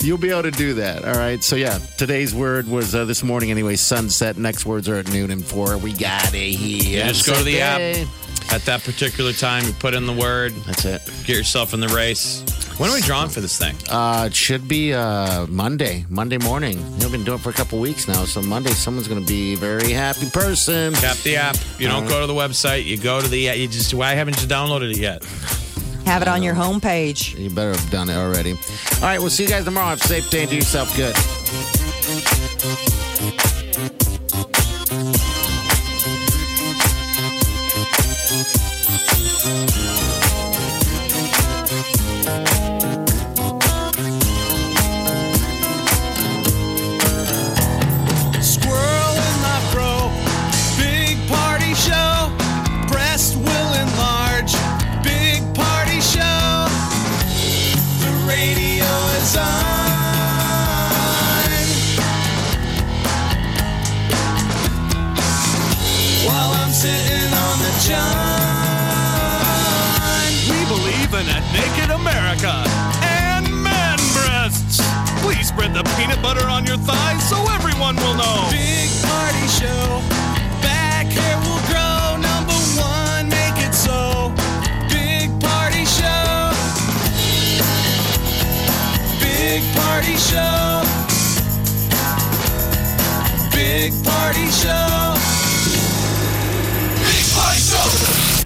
Speaker 1: you'll be able to do that. All right. So yeah, today's word was uh, this morning anyway. Sunset. Next words are at noon and four. We got it here.
Speaker 5: You just go to the
Speaker 1: Okay.
Speaker 5: app at that particular time. You put in the word.
Speaker 1: That's it.
Speaker 5: Get yourself in the race. When are we drawing for this thing?
Speaker 1: Uh, it should be uh, Monday, Monday morning. You've been doing it for a couple weeks now, so Monday someone's going to be a very happy person.
Speaker 5: Tap the app. You don't go to the website. You go to the. You just. Why haven't you downloaded it yet?
Speaker 4: Have it on your homepage.
Speaker 1: You better have done it already. All right, we'll see you guys tomorrow. Have a safe day and do yourself good.
Speaker 7: Squirrel in my bro. Big party show. Breast will enlarge. Big party show. The radio is on. While I'm sitting on the john.
Speaker 3: We believe in a naked America and man breasts. Please spread the peanut butter on your thighs so everyone will know.
Speaker 7: Big party show. Back hair will grow. Number one, make it so. Big party show. Big party show. Big party show. Big party show.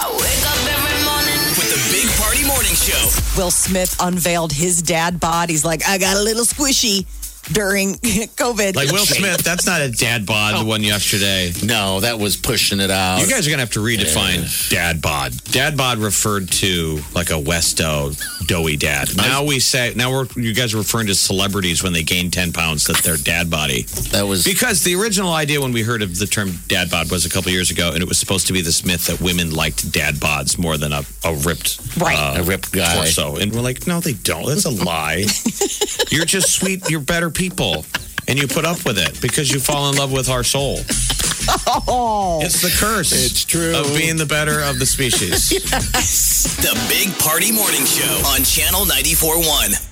Speaker 2: I wake up every morning.
Speaker 7: With the Big Party Morning Show.
Speaker 4: Will Smith unveiled his dad bod. He's like, I got a little squishy during [laughs] COVID.
Speaker 5: Like Will Smith, that's not a dad bod. The one yesterday.
Speaker 1: No, that was pushing it out.
Speaker 5: You guys are gonna have to redefine dad bod. Dad bod referred to like a Westo doughy dad. Now we say now we're you guys are referring to celebrities when they gain ten pounds that their dad body.
Speaker 1: That was
Speaker 5: because the original idea when we heard of the term dad bod was a couple years ago, and it was supposed to be this myth that women liked dad bods more than a, a ripped uh,
Speaker 4: Right.
Speaker 1: A ripped guy.
Speaker 5: torso. And we're like, no, they don't. That's a lie. you're just sweet. You're better people, and you put up with it because you fall in love with our soul.
Speaker 4: Oh.
Speaker 5: It's the curse. It's true
Speaker 1: Oh,
Speaker 5: of being the better of the species.
Speaker 7: The Big Party Morning Show on Channel 941.